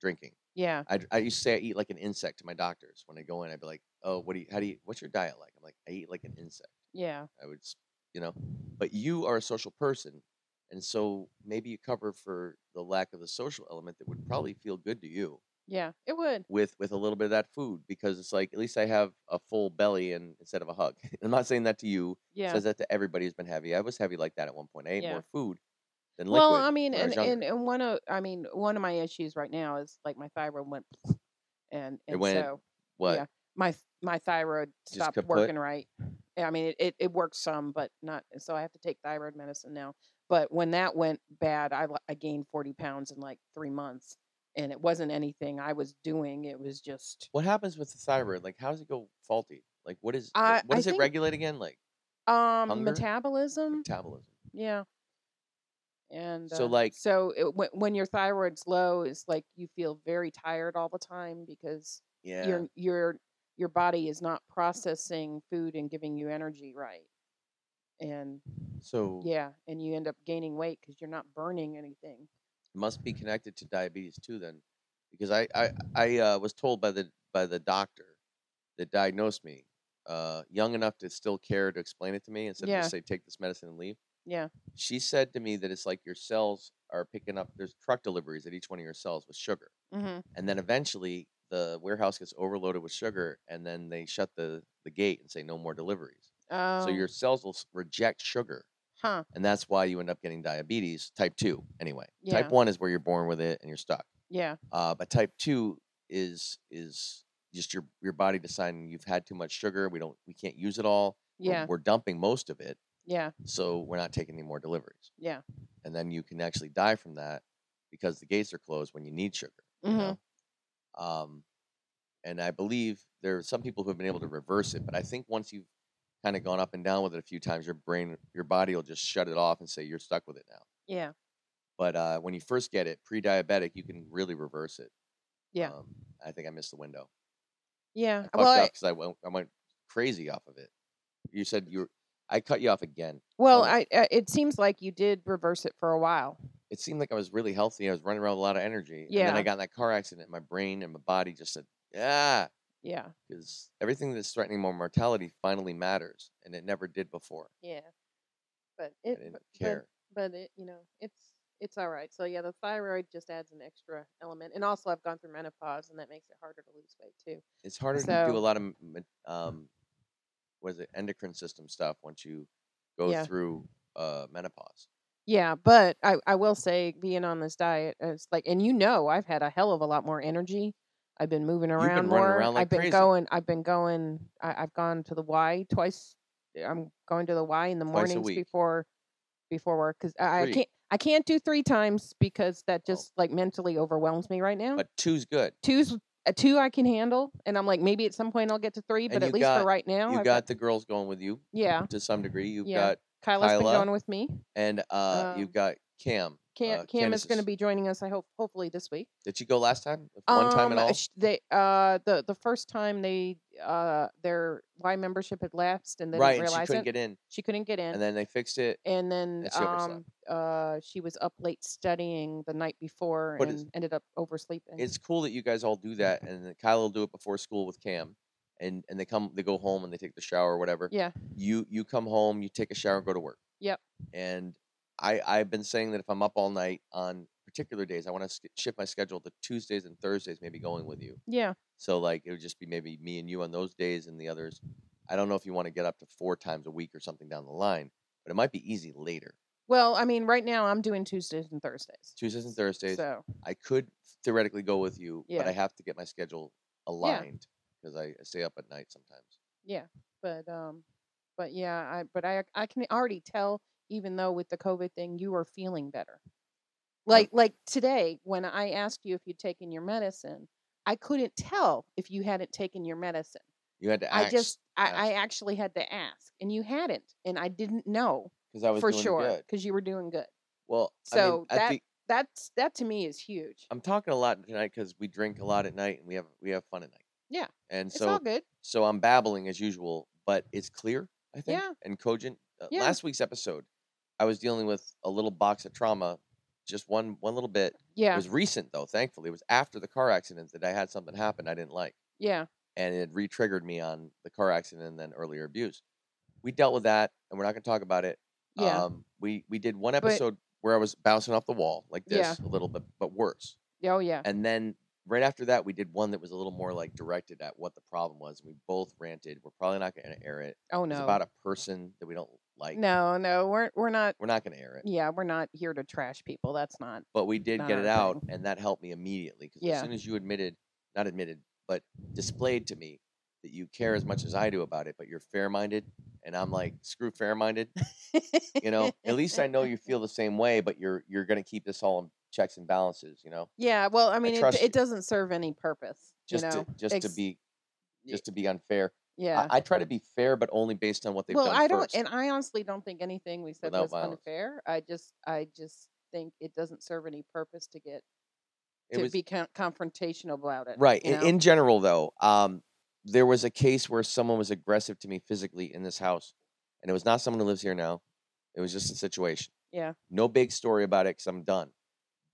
drinking. yeah, I, I used to say I eat like an insect to my doctors when I go in. I'd be like, "Oh, what do you? How do you? What's your diet like?" I'm like, "I eat like an insect." yeah, I would, s- you know, but you are a social person, and so maybe you cover for the lack of the social element that would probably feel good to you yeah. It would. with with a little bit of that food because it's like at least I have a full belly and instead of a hug. I'm not saying that to you. Yeah. Says that to everybody who's been heavy. I was heavy like that at one point. I ate Yeah. more food than liquid. well, I mean, when I and, was and younger. and one of I mean one of my issues right now is like my thyroid went, and and went- so what? yeah. my th- my thyroid Just stopped kaput? working right. I mean, it, it, it works some, but not. So I have to take thyroid medicine now. But when that went bad, I, lo- I gained 40 pounds in like three months. And it wasn't anything I was doing. It was just, What happens with the thyroid? Like, how does it go faulty? Like, what is I- what I does it think- regulate again? Like um, Hunger? metabolism. metabolism. Yeah. And So, uh, like- so it, when, when your thyroid's low, it's like you feel very tired all the time because Yeah. your, your, your body is not processing food and giving you energy right. And so Yeah, and you end up gaining weight because you're not burning anything. it must be connected to diabetes too, then, because I I I uh, was told by the by the doctor that diagnosed me, uh, young enough to still care to explain it to me instead Yeah. of just say take this medicine and leave. Yeah, She said to me that it's like your cells are picking up. There's truck deliveries at each one of your cells with sugar, mm-hmm. and then eventually the warehouse gets overloaded with sugar, and then they shut the the gate and say no more deliveries. Um, So your cells will s- reject sugar, huh? and that's why you end up getting diabetes type two. Anyway, Yeah. type one is where you're born with it and you're stuck. Yeah, Uh, but type two is is just your your body deciding you've had too much sugar. We don't we can't use it all. we're- yeah, we're dumping most of it, Yeah. So we're not taking any more deliveries. Yeah. And then you can actually die from that because the gates are closed when you need sugar. you Mhm. know? Um, and I believe there are some people who have been able to reverse it, but I think once you've kind of gone up and down with it a few times, your brain, your body will just shut it off and say you're stuck with it now. Yeah. But uh, when you first get it, pre-diabetic, you can really reverse it. Yeah. Um, I think I missed the window. Yeah. I fucked Well, up I, because I went, I went crazy off of it. You said you were, I cut you off again. well, on I, I it seems like you did reverse it for a while. It seemed like I was really healthy. I was running around with a lot of energy. And then Yeah. I got in that car accident. My brain and my body just said, yeah, Yeah. because everything that's threatening my mortality finally matters. And it never did before. Yeah. But I it didn't but- but- care. but it you know it's it's all right so yeah the thyroid just adds an extra element and also i've gone through menopause and that makes it harder to lose weight too It's harder to do So- a lot of, m- m- um, what is it, endocrine system stuff once you go Yeah. through uh, menopause. yeah but i i will say being on this diet uh, it's like and you know i've had a hell of a lot more energy i've been moving been around running more around like i've been crazy. going i've been going I, i've gone to the y twice i'm going to the y in the Twice a mornings week. before before work because I, I Three. can't i can't do three times because that Oh. just like mentally overwhelms me right now But two's good. two's a two I can handle, and I'm like maybe at some point I'll get to three, but And at you least got- for right now, you I've got the girls going with you yeah. to some degree. You've Yeah. got Kyla's been Kyla. going with me. and uh, you've Um, got Cam. Cam, uh, Cam is going Candace's- to be joining us. I hope hopefully this week. Did you go last time? If One time at Um, all? sh- They uh the the first time they uh their Y membership had lapsed and they right, didn't and she realize couldn't it. get in, she couldn't get in. and then they fixed it. and then And she um, overslept. uh, she was up late studying the night before But and it's- ended up oversleeping. It's cool that you guys all do that, and then Kyle will do it before school with Cam, and and they come, they go home, and they take the shower or whatever. yeah, You you come home, you take a shower, go to work. Yep. And I I've been saying that if I'm up all night on particular days, I want to sk- shift my schedule to Tuesdays and Thursdays, maybe going with you. yeah, So like it would just be maybe me and you on those days and the others. I don't know if you want to get up to four times a week or something down the line, but it might be easy later. Well, I mean, right now I'm doing Tuesdays and Thursdays. Tuesdays and Thursdays. So I could theoretically go with you, but Yeah. I have to get my schedule aligned because I, I stay up at night sometimes. yeah, but um, but yeah, I but I I can already tell, even though with the COVID thing, you are feeling better. Like like today when I asked you if you'd taken your medicine, I couldn't tell if you hadn't taken your medicine. You had to I ask just I, I ask. actually had to ask, and you hadn't, and I didn't know because I was for doing sure good. because you were doing good. Well, I mean, So at that- the, That's that to me is huge. I'm talking a lot tonight because we drink a lot at night and we have we have fun at night. Yeah, and It's so all good. So I'm babbling as usual, but it's clear, I think, Yeah. and cogent. Uh, Yeah. Last week's episode, I was dealing with a little box of trauma, just one one little bit. It Yeah, was recent though, thankfully. It was after the car accident that I had something happen I didn't like, yeah, and it re-triggered me on the car accident and then earlier abuse. We dealt with that, and we're not going to talk about it. yeah, Um, we we did one But- episode where I was bouncing off the wall like Yeah. this a little bit, but worse. oh yeah, And then right after that, we did one that was a little more like directed at what the problem was. We both ranted. We're probably not going to air it. oh It's no. about a person that we don't like. No, no, we're we're not. We're not going to air it. Yeah, we're not here to trash people. That's not. But we did Not get our it out, and that helped me immediately. Because as Yeah. soon as you admitted, not admitted, but displayed to me that you care as much as I do about it, but you're fair minded. And I'm like, screw fair minded. You know, at least I know you feel the same way, but you're you're going to keep this all in checks and balances, you know? Yeah, well, I mean, it, trust you. it doesn't serve any purpose. Just you know, to just to Ex- be y- just to be unfair. yeah. I, I try to be fair, but only based on what they've well, done I don't, first. and I honestly don't think anything we said Without was violence. unfair. I just, I just think it doesn't serve any purpose to get it to was be con- confrontational about it. right. you In, know? in general, though, um, there was a case where someone was aggressive to me physically in this house, and it was not someone who lives here now. It was just a situation. Yeah. No big story about it because I'm done.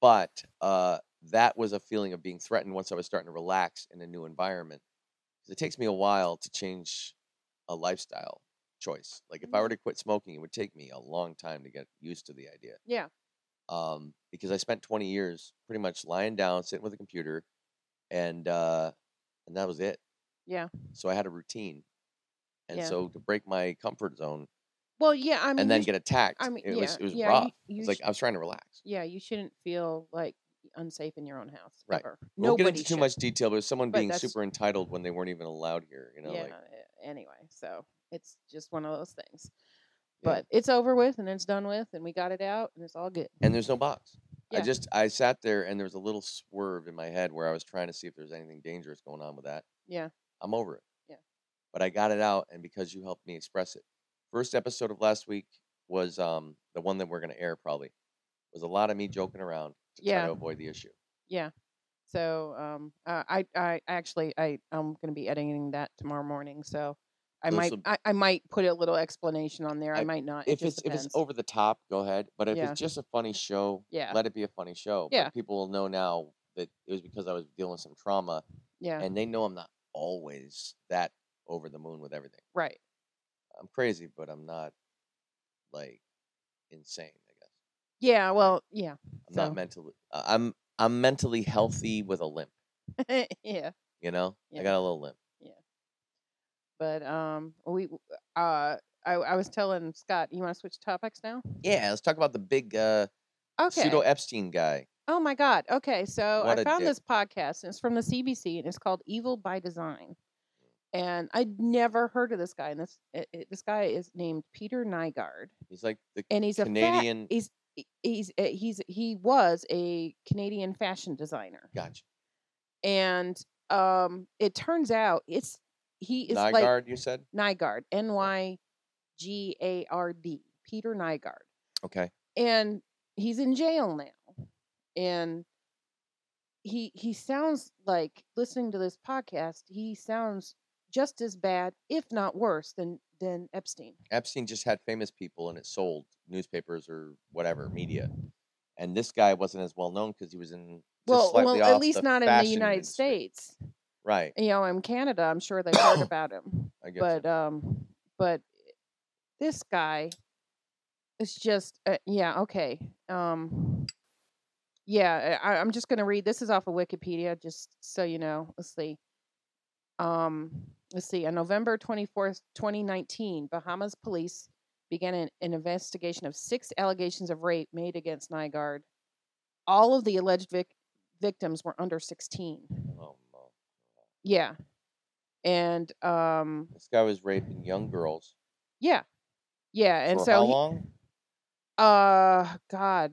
But uh, that was a feeling of being threatened once I was starting to relax in a new environment. 'Cause It takes me a while to change a lifestyle choice. Like if I were Mm-hmm. to quit smoking, it would take me a long time to get used to the idea. yeah, um, because I spent 20 years pretty much lying down, sitting with a computer, and uh, and that was it. yeah. So I had a routine, and Yeah. so to break my comfort zone Well, yeah, I mean, and you then sh- get attacked, I mean, it yeah, was it was yeah, rough. You, you It's like sh- I was trying to relax. yeah, you shouldn't feel like unsafe in your own house. Right. Ever. We won't Nobody get into too should. much detail, but it was someone But being that's- super entitled when they weren't even allowed here. You know, yeah. eh, like uh, anyway, so it's just one of those things. Yeah. But it's over with and it's done with and we got it out and it's all good. and there's no box. I Mm. Yeah. just I sat there and there was a little swerve in my head where I was trying to see if there's anything dangerous going on with that. Yeah. I'm over it. Yeah. But I got it out and because you helped me express it. First episode of last week was um the one that we're gonna air probably. Was a lot of me joking around to try Yeah. to avoid the issue. Yeah. So um, uh, I I actually I I'm gonna be editing that tomorrow morning. So I Those might will- I, I might put a little explanation on there. I, I- might not. If it just it's if it's depends. over the top, go ahead. But if Yeah. it's just a funny show, Yeah. let it be a funny show. But Yeah. people will know now that it was because I was dealing with some trauma yeah, and they know I'm not always that over the moon with everything. right. I'm crazy, but I'm not like insane. I guess Yeah, well, yeah, I'm So- not mentally. Uh, I'm I'm mentally healthy with a limp. yeah. You know, Yeah. I got a little limp. But um, we uh, I I was telling Scott, you want to switch topics now? Yeah, let's talk about the big uh, Okay. pseudo Epstein guy. Oh my God. Okay. So What I a found dick. this podcast and it's from the CBC and it's called Evil by Design. Mm. And I'd never heard of this guy. And this, it, it- this guy is named Peter Nygard. He's like the And he's a fat, Canadian. he's, he- he's, uh, he's, he was a Canadian fashion designer. Gotcha. And um, it turns out it's, he is like Nygaard, you said. Nygard, N Y G A R D, Peter Nygard Okay. and he's in jail now and he he sounds like listening to this podcast he sounds just as bad if not worse than than epstein Epstein just had famous people, and it sold newspapers or whatever media. And this guy wasn't as well known because he was in just well slightly well at off least the not in the fashion united industry. states Right. you know in canada i'm sure they've heard about him I get but um but this guy is just uh, yeah okay um yeah I, i'm just gonna read this is off of wikipedia just so you know let's see um let's see on november 24th 2019 bahamas police began an, an investigation of six allegations of rape made against nygard all of the alleged vic- victims were under 16 Oh, no. yeah and um This guy was raping young girls. Yeah. Yeah. And for so, how he- long? uh, God,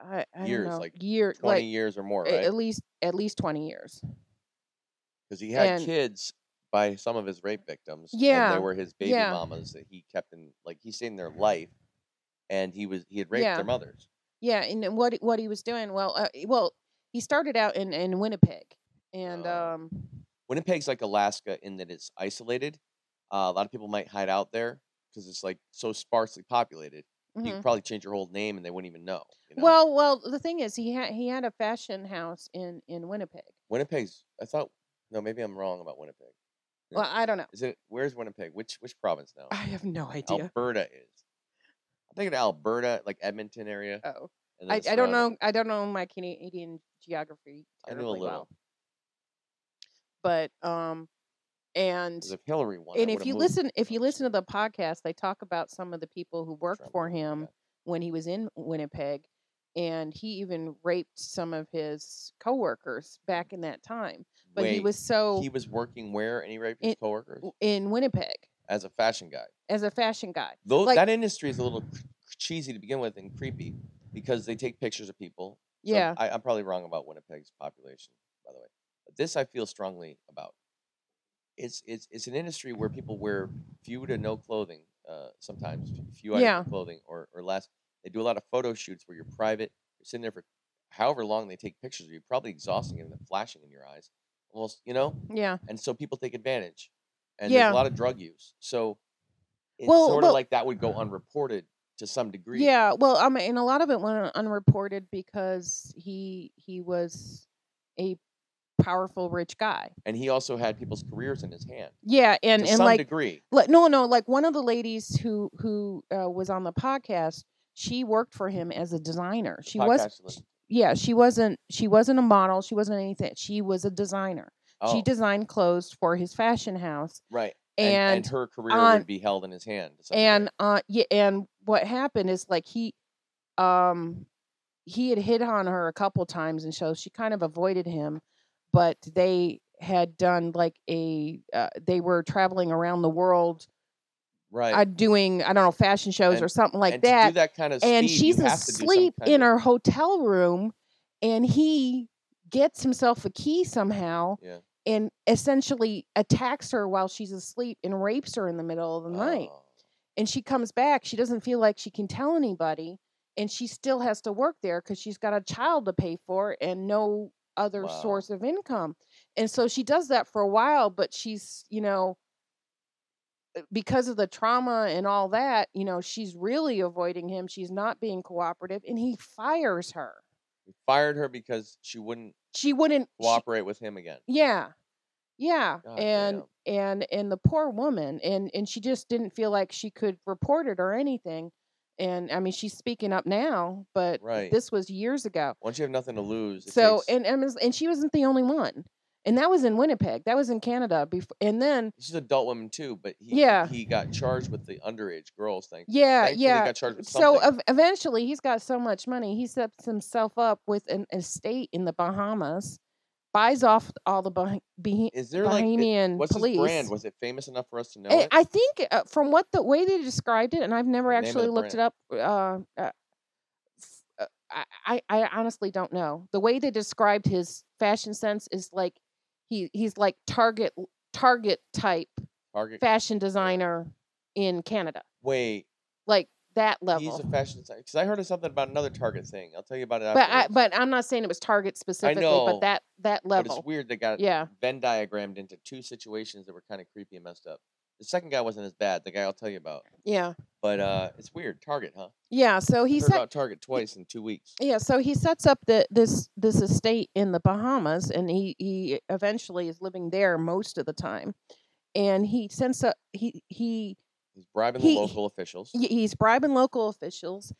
I, I Years, don't know, like year, 20 like years or more, a- right? at least, at least 20 years. Because he had and- kids by some of his rape victims. And Yeah, they were his baby yeah. mamas that he kept in, like, he stayed in their life and he was, he had raped Yeah. their mothers. Yeah. And then what, what he was doing. Well, uh, well, he started out in, in Winnipeg and, Oh. um, Winnipeg's like Alaska in that it's isolated. Uh, a lot of people might hide out there because it's like so sparsely populated. You mhm. could probably change your whole name and they wouldn't even know. You know? well, well, the thing is he had, he had a fashion house in, in Winnipeg. Winnipeg's, I thought, no, maybe I'm wrong about Winnipeg. Yeah. Well, I don't know. Is it, where's Winnipeg? Which, which province now? I have no idea. Alberta is. I'm thinking Alberta, like Edmonton area. Oh, and then I, the I don't surrounding- know. I don't know my Canadian geography I knew a terribly well. little. But, um, and 'cause If Hillary won, I and if would've you moved. listen if you I'm just listen to the podcast they talk about some of the people who worked Trump for and all him that. when he was in winnipeg and he even raped some of his coworkers back in that time but he Wait, was so he was working where and he raped his in- coworkers w- in winnipeg as a fashion guy. as a fashion guy Though Like- that industry is a little c- cheesy to begin with and creepy because they take pictures of people. So yeah I, I'm probably wrong about Winnipeg's population, by the way. But this I feel strongly about. It's it's it's an industry where people wear few to no clothing, uh, sometimes f- few items Yeah. of clothing or or less. They do a lot of photo shoots where you're private. You're sitting there for however long they take pictures of you, probably exhausting and then flashing in your eyes, almost you know. yeah And so people take advantage, and Yeah. there's a lot of drug use. So it's Well, sort well- of like that would go unreported to some degree. Yeah, well, um, and a lot of it went unreported because he he was a powerful rich guy. And he also had people's careers in his hand Yeah, and to and some like degree. like no no like one of the ladies who who uh, was on the podcast she worked for him as a designer the she was podcast list- yeah she wasn't she wasn't a model she wasn't anything she was a designer oh, she designed clothes for his fashion house right. and and, and, her career on- would be held in his hand. to some degree. uh yeah and what happened is like he um he had hit on her a couple times and so she kind of avoided him but they had done like a uh, they were traveling around the world right. uh, doing I don't know fashion shows And- or something like and to that. do that kind of and speed, you she's have to do some asleep kind in of- her hotel room, and he gets himself a key somehow Yeah. and essentially attacks her while she's asleep and rapes her in the middle of the night. Oh, And she comes back. She doesn't feel like she can tell anybody, and she still has to work there because she's got a child to pay for and no other Wow. source of income. And so she does that for a while, but she's, you know, uh, because of the trauma and all that, you know, she's really avoiding him. She's not being cooperative, and he fires her. we fired her because she wouldn't She wouldn't she- cooperate with him again. yeah. Yeah. God and damn. and and the poor woman and and she just didn't feel like she could report it or anything. And I mean she's speaking up now, but Right. this was years ago. Once you have nothing to lose, it So takes- and and, was- and she wasn't the only one. And that was in Winnipeg. That was in Canada before and then she's an adult woman too, but he, he- Yeah. he got charged with the underage girls thing. yeah, Thankfully, yeah. he got charged with So something. ev- eventually, he's got so much money, he sets himself up with an estate in the Bahamas, buys off all the bah- Bah- is there like it- Bahamian what's police. his brand? Was it famous enough for us to know I- it? I think uh, from what the way they described it, and I've never The name of actually the looked it up. Uh, uh, f- uh, I, I I honestly don't know. The way they described his fashion sense is like he he's like Target Target type Target. fashion designer in Canada, Wait, like that he's a level. fashion designer. Because I heard of something about another Target thing. I'll tell you about it. But I afterwards. but I'm not saying it was Target specifically, know, but that that But level. it's weird they got Yeah, Venn diagrammed into two situations that were kind of creepy and messed up. The second guy wasn't as bad. The guy I'll tell you about. yeah, But uh, it's weird. Target, huh? yeah. So he Heard said about Target twice in two weeks. Yeah, so he sets up the this this estate in the Bahamas, and he he eventually is living there most of the time. And he sends up he he He's bribing He- the local officials. y- he's bribing local officials,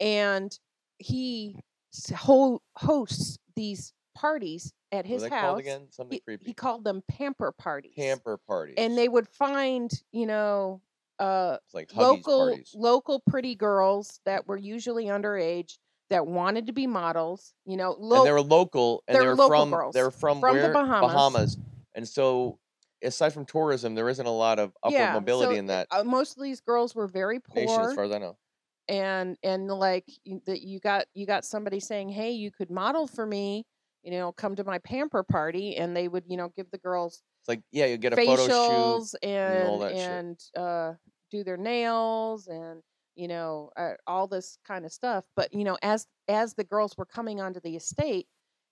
and he s- ho- hosts these parties at What are his they called house. again? Something He, he creepy. called them pamper parties, Camper parties. and they would find you know uh it's like huggies local parties. local pretty girls that were usually underage that wanted to be models. You know, lo- and they were local, and they they're were local from girls they were from, from the where? Bahamas. and so aside from tourism, there isn't a lot of upward Yeah, mobility so in that uh, most of these girls were very nation, as poor, far as I know. and and like you- that you got you got somebody saying, "Hey, you could model for me." You know, come to my pamper party, and they would, you know, give the girls It's like yeah, you get a photo shoot. facials and all and that shit. and uh, do their nails and you know uh, all this kind of stuff. But you know, as as the girls were coming onto the estate,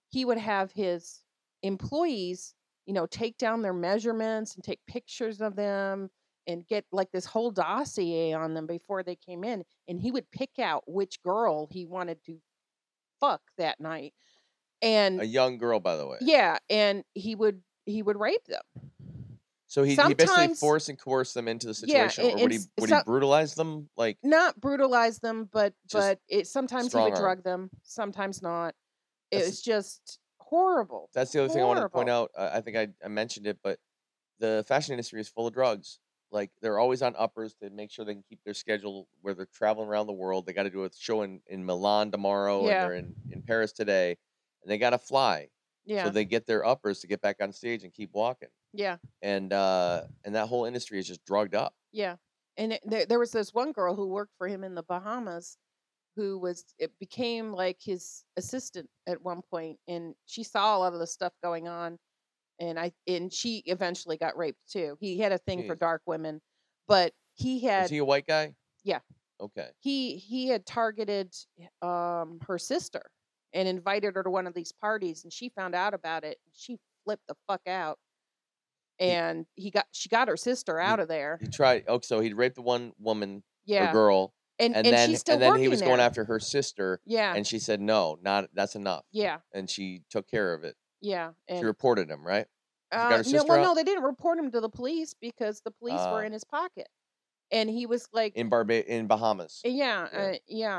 he would have his employees, you know, take down their measurements and take pictures of them and get like this whole dossier on them before they came in, and he would pick out which girl he wanted to fuck that night. And A young girl, by the way. yeah, and he would he would rape them. So he, he basically Sometimes- forced and coerced them into the Yeah, situation, and- or would and he s- would he so- brutalize them? Like not brutalize them, but Just but it sometimes he strong would arm. drug them, sometimes not. It That's- was just horrible. that's the other thing I wanted to point out. Uh, I think I, I mentioned it, but the fashion industry is full of drugs. Like they're always on uppers to make sure they can keep their schedule where they're traveling around the world. They got to do a show in, in Milan tomorrow, and Yeah. they're in, in Paris today, and they got to fly. Yeah, So they get their uppers to get back on stage and keep walking. yeah, And uh, and that whole industry is just drugged up. yeah. And it, there, there was this one girl who worked for him in the Bahamas, who was it became like his assistant at one point, and she saw a lot of the stuff going on, and I and she eventually got raped too. He had a thing for Jeez. dark women, but he Is had he a white guy? Yeah. Okay. he he had targeted um, her sister and invited her to one of these parties and she found out about it and she flipped the fuck out and he got she got her sister out of there He tried. Oh, so he raped the one woman or yeah girl, and, and, and, then she's still and then working he was there. going after her sister, yeah and she said no, not that's enough, yeah and she took care of it. yeah She and reported him, right? she got her uh, no sister well out? no they didn't report him to the police because the police were Ah. in his pocket and he was like In Barba in Bahamas. Yeah, Yeah. yeah, uh,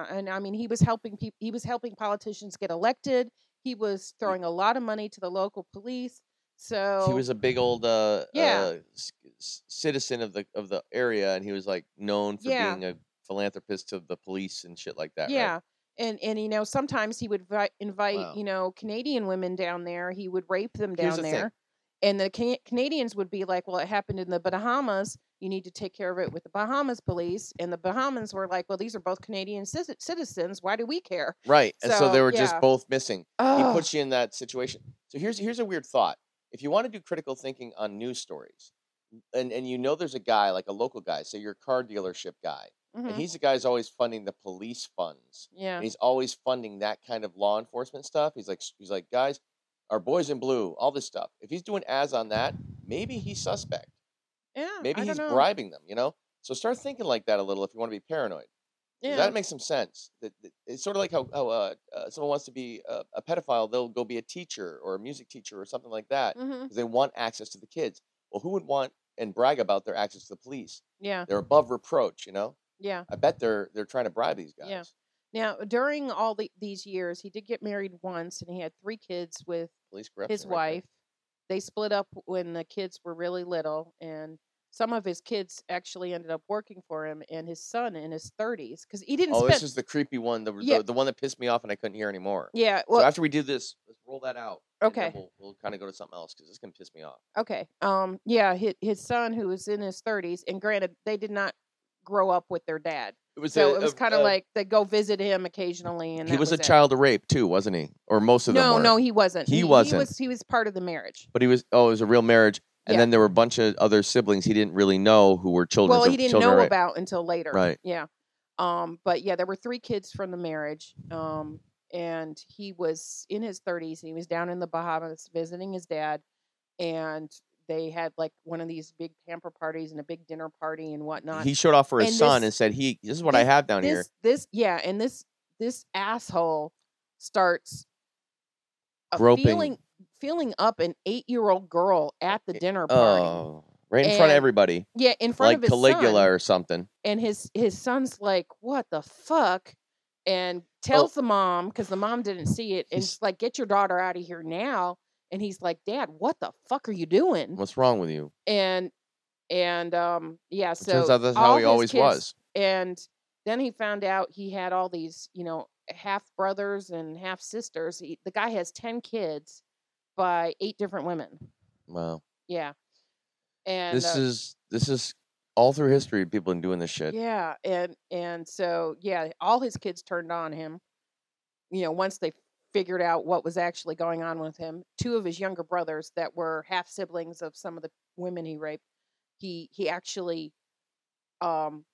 yeah, and I mean, he was helping people. He was helping politicians get elected. He was throwing a lot of money to the local police. So He was a big old uh, Yeah. uh, c- c- citizen of the of the area, and he was like known for Yeah. being a philanthropist to the police and shit like that. right? yeah, and and you know, sometimes he would vi- invite Wow. you know Canadian women down there. He would rape them Here's down the thing. there, And the Can- Canadians would be like, well, it happened in the Bahamas. You need to take care of it with the Bahamas police. And the Bahamans were like, well, these are both Canadian citi- citizens. Why do we care? Right. And so, they So, were just yeah. both missing. He Oh, puts you in that situation. So here's here's a weird thought. If you want to do critical thinking on news stories, and, and you know there's a guy, like a local guy, say your car dealership guy, and he's the guy who's always funding the police funds. Mm-hmm. yeah. And he's always funding that kind of law enforcement stuff. He's like he's like, guys, our boys in blue, all this stuff. If he's doing ads on that, maybe he's suspect. yeah. Maybe I he's don't know. bribing them, you know? So start thinking like that a little if you want to be paranoid. 'Cause Yeah. That makes some sense. That, that- it's sort of like how, how uh, uh, someone wants to be a, a pedophile, they'll go be a teacher or a music teacher or something like that Mhm. 'cause they want access to the kids. Well, who would want and brag about their access to the police? Yeah. They're above reproach, you know? Yeah. I bet they're they're trying to bribe these guys. Yeah. Now, during all the, these years, he did get married once and he had three kids with Police corruption. his right there. wife. They split up when the kids were really little, and some of his kids actually ended up working for him and his son in his 30s because he didn't Oh, spend. this is the creepy one, the, Yeah. the, the one that pissed me off and I couldn't hear anymore. yeah, well, so after we do this, let's roll that out. and then Okay. We'll, we'll kind of go to something else because this can piss me off. okay, um, yeah, his, his son who was in his 30s, and granted, they did not grow up with their dad, It was so a- it was a- kind of a- like they go visit him occasionally, and he that was, a it. child of rape too, wasn't he? Or most of them No, were. no, he wasn't. He wasn't. He was, he was part of the marriage. but he was oh, it was a real marriage. And Yeah. then there were a bunch of other siblings he didn't really know who were children. Well, he didn't children know of rape. about until later. Right. Yeah. Um, but yeah, there were three kids from the marriage. Um, and he was in his 30s and he was down in the Bahamas visiting his dad. And they had like one of these big pamper parties and a big dinner party and whatnot. He showed off for his And son this- and said, "He, this is what I have down this, here." this, yeah. And this, this asshole starts uh, Groping. feeling, feeling up an eight year old girl at the dinner party. Eh, Oh, right in front And of everybody, yeah. In front like of his Caligula son. Mm-hmm. or something. and his his son's like, "What the fuck?" and tells the mom because the mom didn't see it, Oh. and He's- she's like, "Get your daughter out of here now." And he's like, "Dad, what the fuck are you doing?" What's wrong with you? And and um yeah, It so turns out that's all how he his always kids- was. And then he found out he had all these, you know, half brothers and half sisters. He, the guy has ten kids by eight different women. Wow. Yeah, and this uh, is this is all through history. People been doing this shit. Yeah, and and so yeah, all his kids turned on him. You know, once they figured out what was actually going on with him, two of his younger brothers that were half siblings of some of the women he raped, he he actually um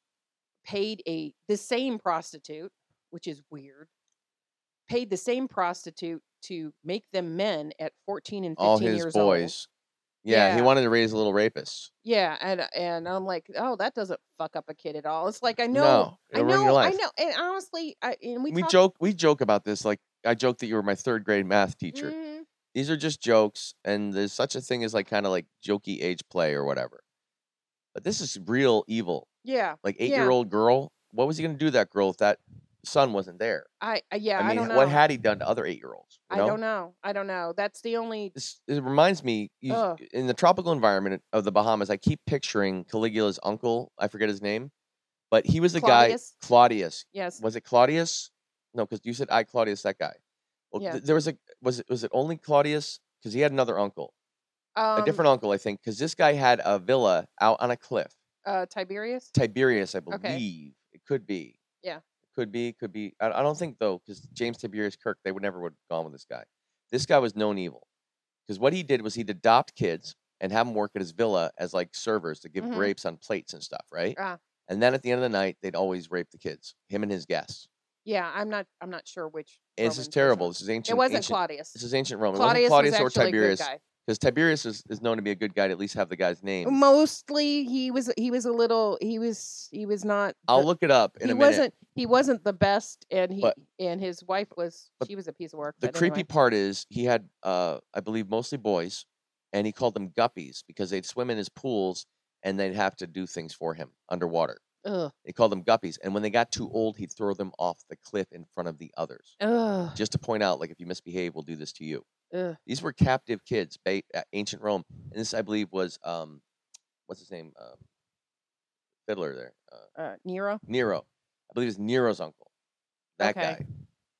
paid a the same prostitute, which is weird. Paid the same prostitute to make them men at 14 and 15 all his years old. boys. Yeah, he Yeah. wanted to raise a little rapist. Yeah, and and I'm like, oh, that doesn't fuck up a kid at all. It's like I know, No, I it'll know, ruin your life. I know, and honestly, I and we We talk- joke we joke about this. Like I joke that you were my third grade math teacher. Mhm, These are just jokes, and there's such a thing as like kind of like jokey age play or whatever. But this is real evil. yeah, Like Yeah. eight year old girl. What was he gonna do to that girl if that son wasn't there? I I- yeah, I, I mean, don't know. what had he done to other eight year olds? I don't know. I don't know. That's the only. This, it reminds me you, Ugh. in the tropical environment of the Bahamas. I keep picturing Caligula's uncle. I forget his name, but he was the Claudius? guy Claudius. Yes. was it Claudius? No, because you said I Claudius, that guy. Well, Yeah. th- there was a was it was it only Claudius? Because he had another uncle, Um, a different uncle, I think. Because this guy had a villa out on a cliff, Uh, Tiberius. Tiberius, I believe. Okay. It could be. Yeah. Could be. Could be. I, I don't think though, because James Tiberius Kirk, they would never would have gone with this guy. This guy was known evil, because what he did was he'd adopt kids and have them work at his villa as like servers to give Mhm. grapes on plates and stuff, right? Ah. And then at the end of the night, they'd always rape the kids, him and his guests. Yeah, I'm not. I'm not sure which. And This Roman is person. terrible. This is ancient. It wasn't ancient- Claudius. This is ancient Rome. Claudius, it wasn't was Claudius or actually a good Tiberius, guy. because Tiberius is, is known to be a good guy to at least have the guy's name. Um, Mostly, he was. He was a little. He was. He was not. I'll the- look it up in he a minute. wasn't. He wasn't the best, and he But- and his wife was. but She was a piece of work. the but creepy anyway. part is he had, uh, I believe, mostly boys, and he called them guppies because they'd swim in his pools and they'd have to do things for him underwater. Ugh. He called them guppies, and when they got too old, he'd throw them off the cliff in front of the others, Ugh. just to point out, like, if you misbehave, we'll do this to you. Ugh. These were captive kids, ba- uh, ancient Rome, and this, I believe, was um, what's his name, um, fiddler there, uh, Uh, Nero. Nero. I believe it was Nero's uncle. That Okay. guy.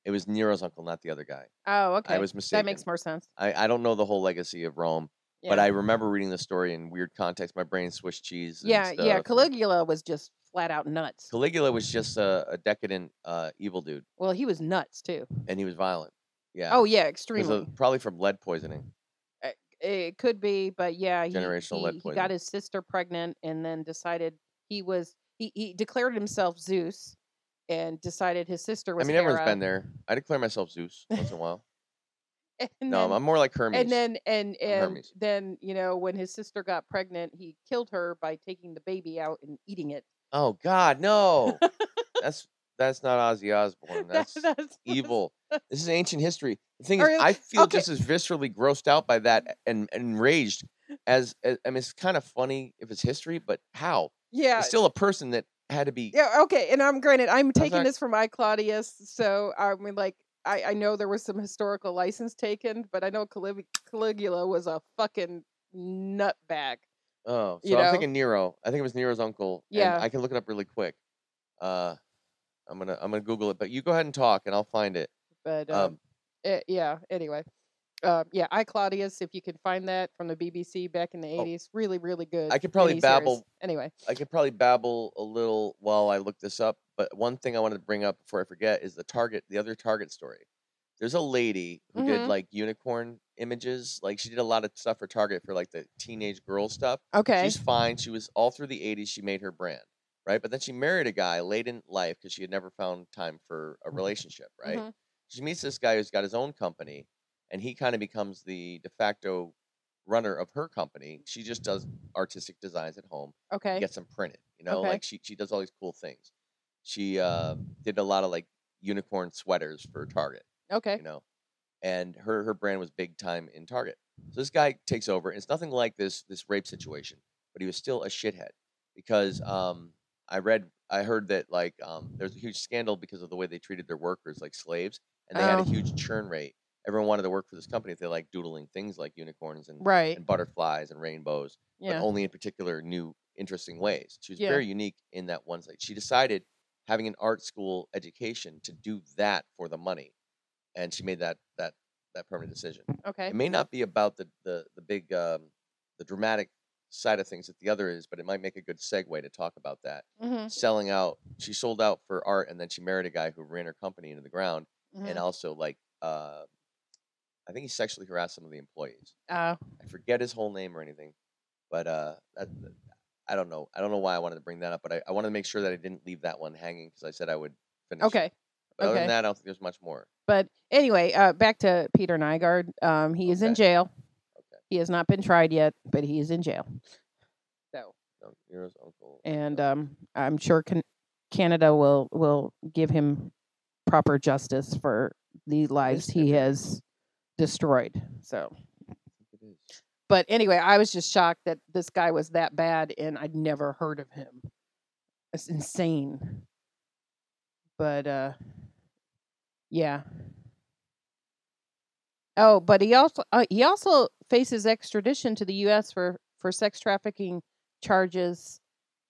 It was Nero's uncle, not the other guy. Oh, okay. I was mistaken. that makes more sense. I, I don't know the whole legacy of Rome. But Yeah. I remember reading the story in weird context. My brain Swiss cheese. and yeah, yeah. stuff. Caligula was just flat out nuts. Caligula was just a, a decadent uh, evil dude, Well, he was nuts too. and he was violent. Yeah. Oh yeah, It was, uh, extremely. probably from lead poisoning. it could be, but yeah, he, Generational lead he, he poisoning. got his sister pregnant and then decided he was he, he declared himself Zeus and decided his sister was I mean, everyone's Hera, been there. I declare myself Zeus once in a while. and no, then- I'm more like Hermes. and then and I'm and Hermes. then you know when his sister got pregnant, he killed her by taking the baby out and eating it. oh God, no. that's that's not Ozzy Osbourne. That- That's that's evil. This is ancient history. The thing Or is, it- I feel okay. just as viscerally grossed out by that and and enraged as, as I mean, it's kind of funny if it's history, but how? Yeah, It's still a person that had to be. Yeah, okay. And I'm granted, I'm taking sorry. this from I Claudius, so I mean, like, I, I know there was some historical license taken, but I know Calig- Caligula was a fucking nutbag. Oh, so you I'm know? thinking Nero. I think it was Nero's uncle. and Yeah. I can look it up really quick. Uh, I'm gonna I'm gonna Google it, but you go ahead and talk, and I'll find it. But um, Um, eh, yeah. Anyway, um, yeah, I Claudius. If you can find that from the BBC back in the Oh. '80s, really, really good. I could probably miniseries. babble- Anyway, I could probably babble a little while I look this up, but one thing I wanted to bring up before I forget is the target, the other target story. There's a lady who did Mhm. like unicorn images. Like she did a lot of stuff for Target for like the teenage girl stuff. okay, She's fine. She was all through the 80s. She made her brand, right? But then she married a guy late in life because she had never found time for a relationship, right? Mhm. She meets this guy who's got his own company, and he kind of becomes the de facto runner of her company. She just does artistic designs at home okay, gets them printed. You know, Okay. like she she does all these cool things. She uh, did a lot of like unicorn sweaters for Target. okay, You know, and her her brand was big time in Target. So this guy takes over. And it's nothing like this this rape situation, but he was still a shithead because um, I read I heard that like um, there's a huge scandal because of the way they treated their workers like slaves, and they had Oh. a huge churn rate. Everyone wanted to work for this company if they like doodling things like unicorns and, right, and butterflies and rainbows yeah, but only in particular new interesting ways. She was Yeah. very unique in that one side. She decided having an art school education to do that for the money. And she made that that that permanent decision. okay, It may not be about the the, the big um, the dramatic side of things that the other is, but it might make a good segue to talk about that. mm-hmm, Selling out she sold out for art and then she married a guy who ran her company into the ground and hmm also like uh, I think he sexually harassed some of the employees. uh, I forget his whole name or anything, but uh, that, th- I don't know. I don't know why I wanted to bring that up, but I, I wanted to make sure that I didn't leave that one hanging because I said I would finish. it. okay. But other than okay. that, I don't think there's much more. But anyway, uh, back to Peter Nygaard. Um, he is in Okay. jail. Okay. He has not been tried yet, but he is in jail. So, No, Nero's uncle. uh, and um, I'm sure can- Canada will will give him proper justice for the lives it he really? has destroyed. So, I think it is. but anyway, I was just shocked that this guy was that bad, and I'd never heard of him. It's insane. But uh, yeah. Oh, but he also uh, he also faces extradition to the U.S. for for sex trafficking charges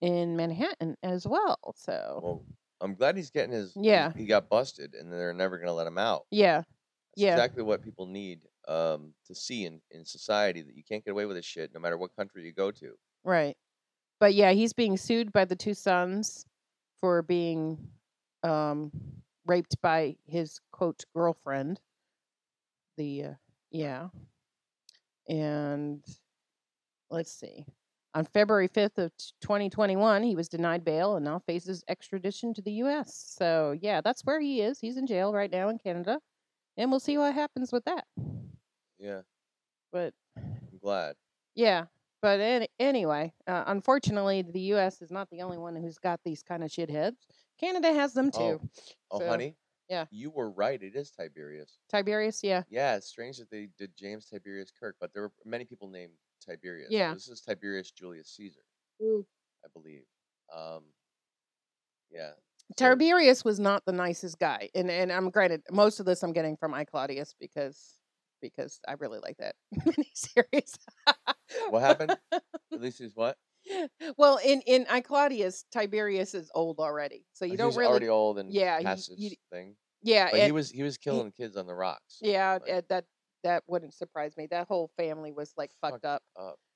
in Manhattan as well. So Well, I'm glad he's getting his. he's- oh. Yeah. He got busted, and they're never gonna let him out. yeah, That's yeah. Exactly what people need um, to see in, in society that you can't get away with this shit no matter what country you go to. right. But yeah, he's being sued by the two sons for being um, raped by his quote girlfriend. The uh, yeah, and let's see. On February 5th of t- 2021, he was denied bail and now faces extradition to the U.S. So yeah, that's where he is. He's in jail right now in Canada, and we'll see what happens with that. Yeah, But I'm glad. yeah, but any, anyway, uh, unfortunately, the U.S. is not the only one who's got these kind of shitheads. Canada has them too. Oh. Oh, So, honey. yeah. You were right. It is Tiberius. Tiberius, yeah, Yeah, it's strange that they did James Tiberius Kirk, but there were many people named Tiberius. Yeah. This is Tiberius Julius Caesar, Mm. I believe. Um, yeah. so- Tiberius was not the nicest guy, and and I'm granted most of this I'm getting from I Claudius because because I really like that miniseries. What happened? At least he's what? well, in in I Claudius, Tiberius is old already, so Oh, you he don't was really, already old and yeah, you- past his you- thing. yeah, But he and- was he was killing kids on the rocks. yeah, like- at that that wouldn't surprise me. That whole family was like fucked Fucked up.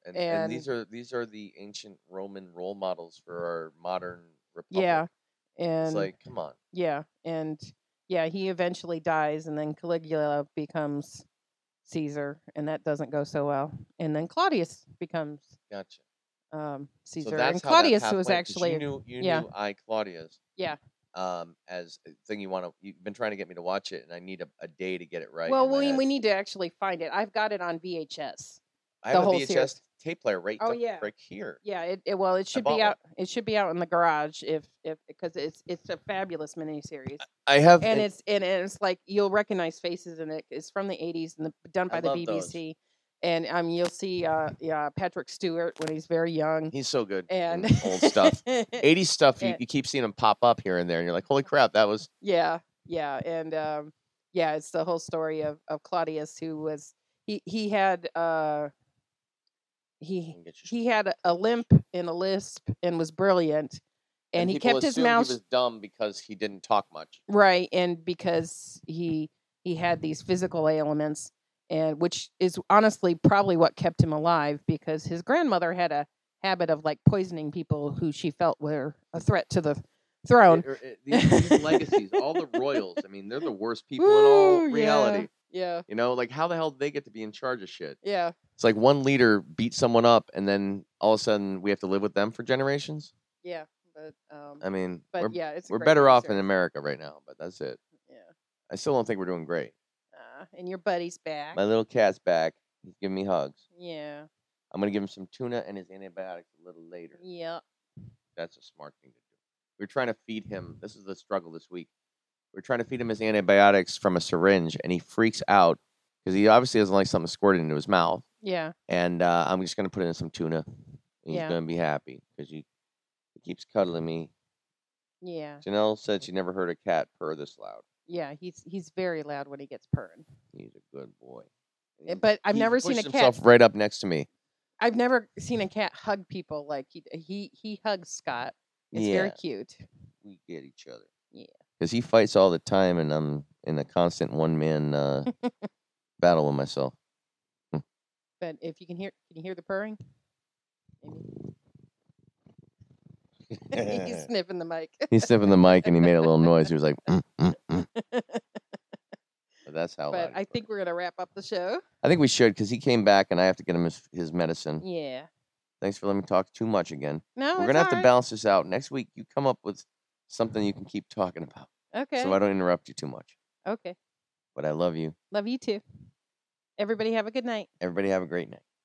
And, and, these are these are the ancient Roman role models for our modern republic. Yeah, And it's like come on. yeah, and yeah, he eventually dies, and then Caligula becomes Caesar, and that doesn't go so well. And then Claudius becomes Gotcha. um, Caesar, So that's and how that Claudius path was went, 'cause actually you a- knew you yeah. knew I Claudius. Yeah. Um, as a thing you want to you've been trying to get me to watch it, and I need a, a day to get it right. well. in my We, head. we need to actually find it. I've got it on VHS. I have the a whole VHS series. tape player right. Oh, the yeah. frick here. Yeah, it, it well, it should bought be one. out. It should be out in the garage if if because it's it's a fabulous miniseries, I have and it's and it's like you'll recognize faces in it. It's from the '80s and the, done I by the love those. BBC, and um you'll see uh yeah Patrick Stewart when he's very young he's so good. in and old stuff. 80s stuff, you, Yeah. you keep seeing them pop up here and there, and you're like, holy crap, that was Yeah, yeah, and um, yeah, it's the whole story of, of Claudius, who was he he had uh, he Get your- he had a- a limp and a lisp and was brilliant, and, he people kept his assumed mouth He was dumb because he didn't talk much. right, and because he he had these physical ailments, and which is honestly probably what kept him alive because his grandmother had a habit of like poisoning people who she felt were a threat to the throne. It- or it- these, these legacies, all the royals, I mean, they're the worst people in all Woo, yeah, reality. Yeah, You know, like how the hell did they get to be in charge of shit? yeah. It's like one leader beat someone up, and then all of a sudden we have to live with them for generations. Yeah, but um, I mean, but we're, yeah, it's a we're great better off in miniseries. America right now, but that's it. Yeah, I still don't think we're doing great. uh, and your buddy's back. My little cat's back. He's giving me hugs. yeah, I'm gonna give him some tuna and his antibiotics a little later. yeah. That's a smart thing to do. We are trying to feed him. This is the struggle this week. We are trying to feed him his antibiotics from a syringe, and he freaks out because he obviously doesn't like something squirted into his mouth. Yeah, And uh, I'm just gonna put in some tuna. And he's Yeah. gonna be happy because he, he keeps cuddling me. yeah, Janelle said she never heard a cat purr this loud. yeah. He's he's very loud when he gets purring. He's a good boy. And Eh, he- But I've Mm, he never seen a pushes cat. himself right up next to me. I've never seen a cat hug people like he he he hugs Scott. It's yeah, very cute. we get each other. Yeah. because he fights all the time, and I'm in a constant one man uh, battle with myself. But if you can hear, can you hear the purring? Maybe. He's sniffing the mic. He's sniffing the mic, and he made a little noise. He was like, "Mm, mm, mm." But that's how. loud But he I was. think we're gonna wrap up the show. I think we should because he came back, and I have to get him his, his medicine. Yeah. Thanks for letting me talk too much again. We're No, it's gonna have to alright. balance this out next week. You come up with something you can keep talking about, Okay. so I don't interrupt you too much. okay. But I love you. Love you too. Everybody have a good night. Everybody have a great night.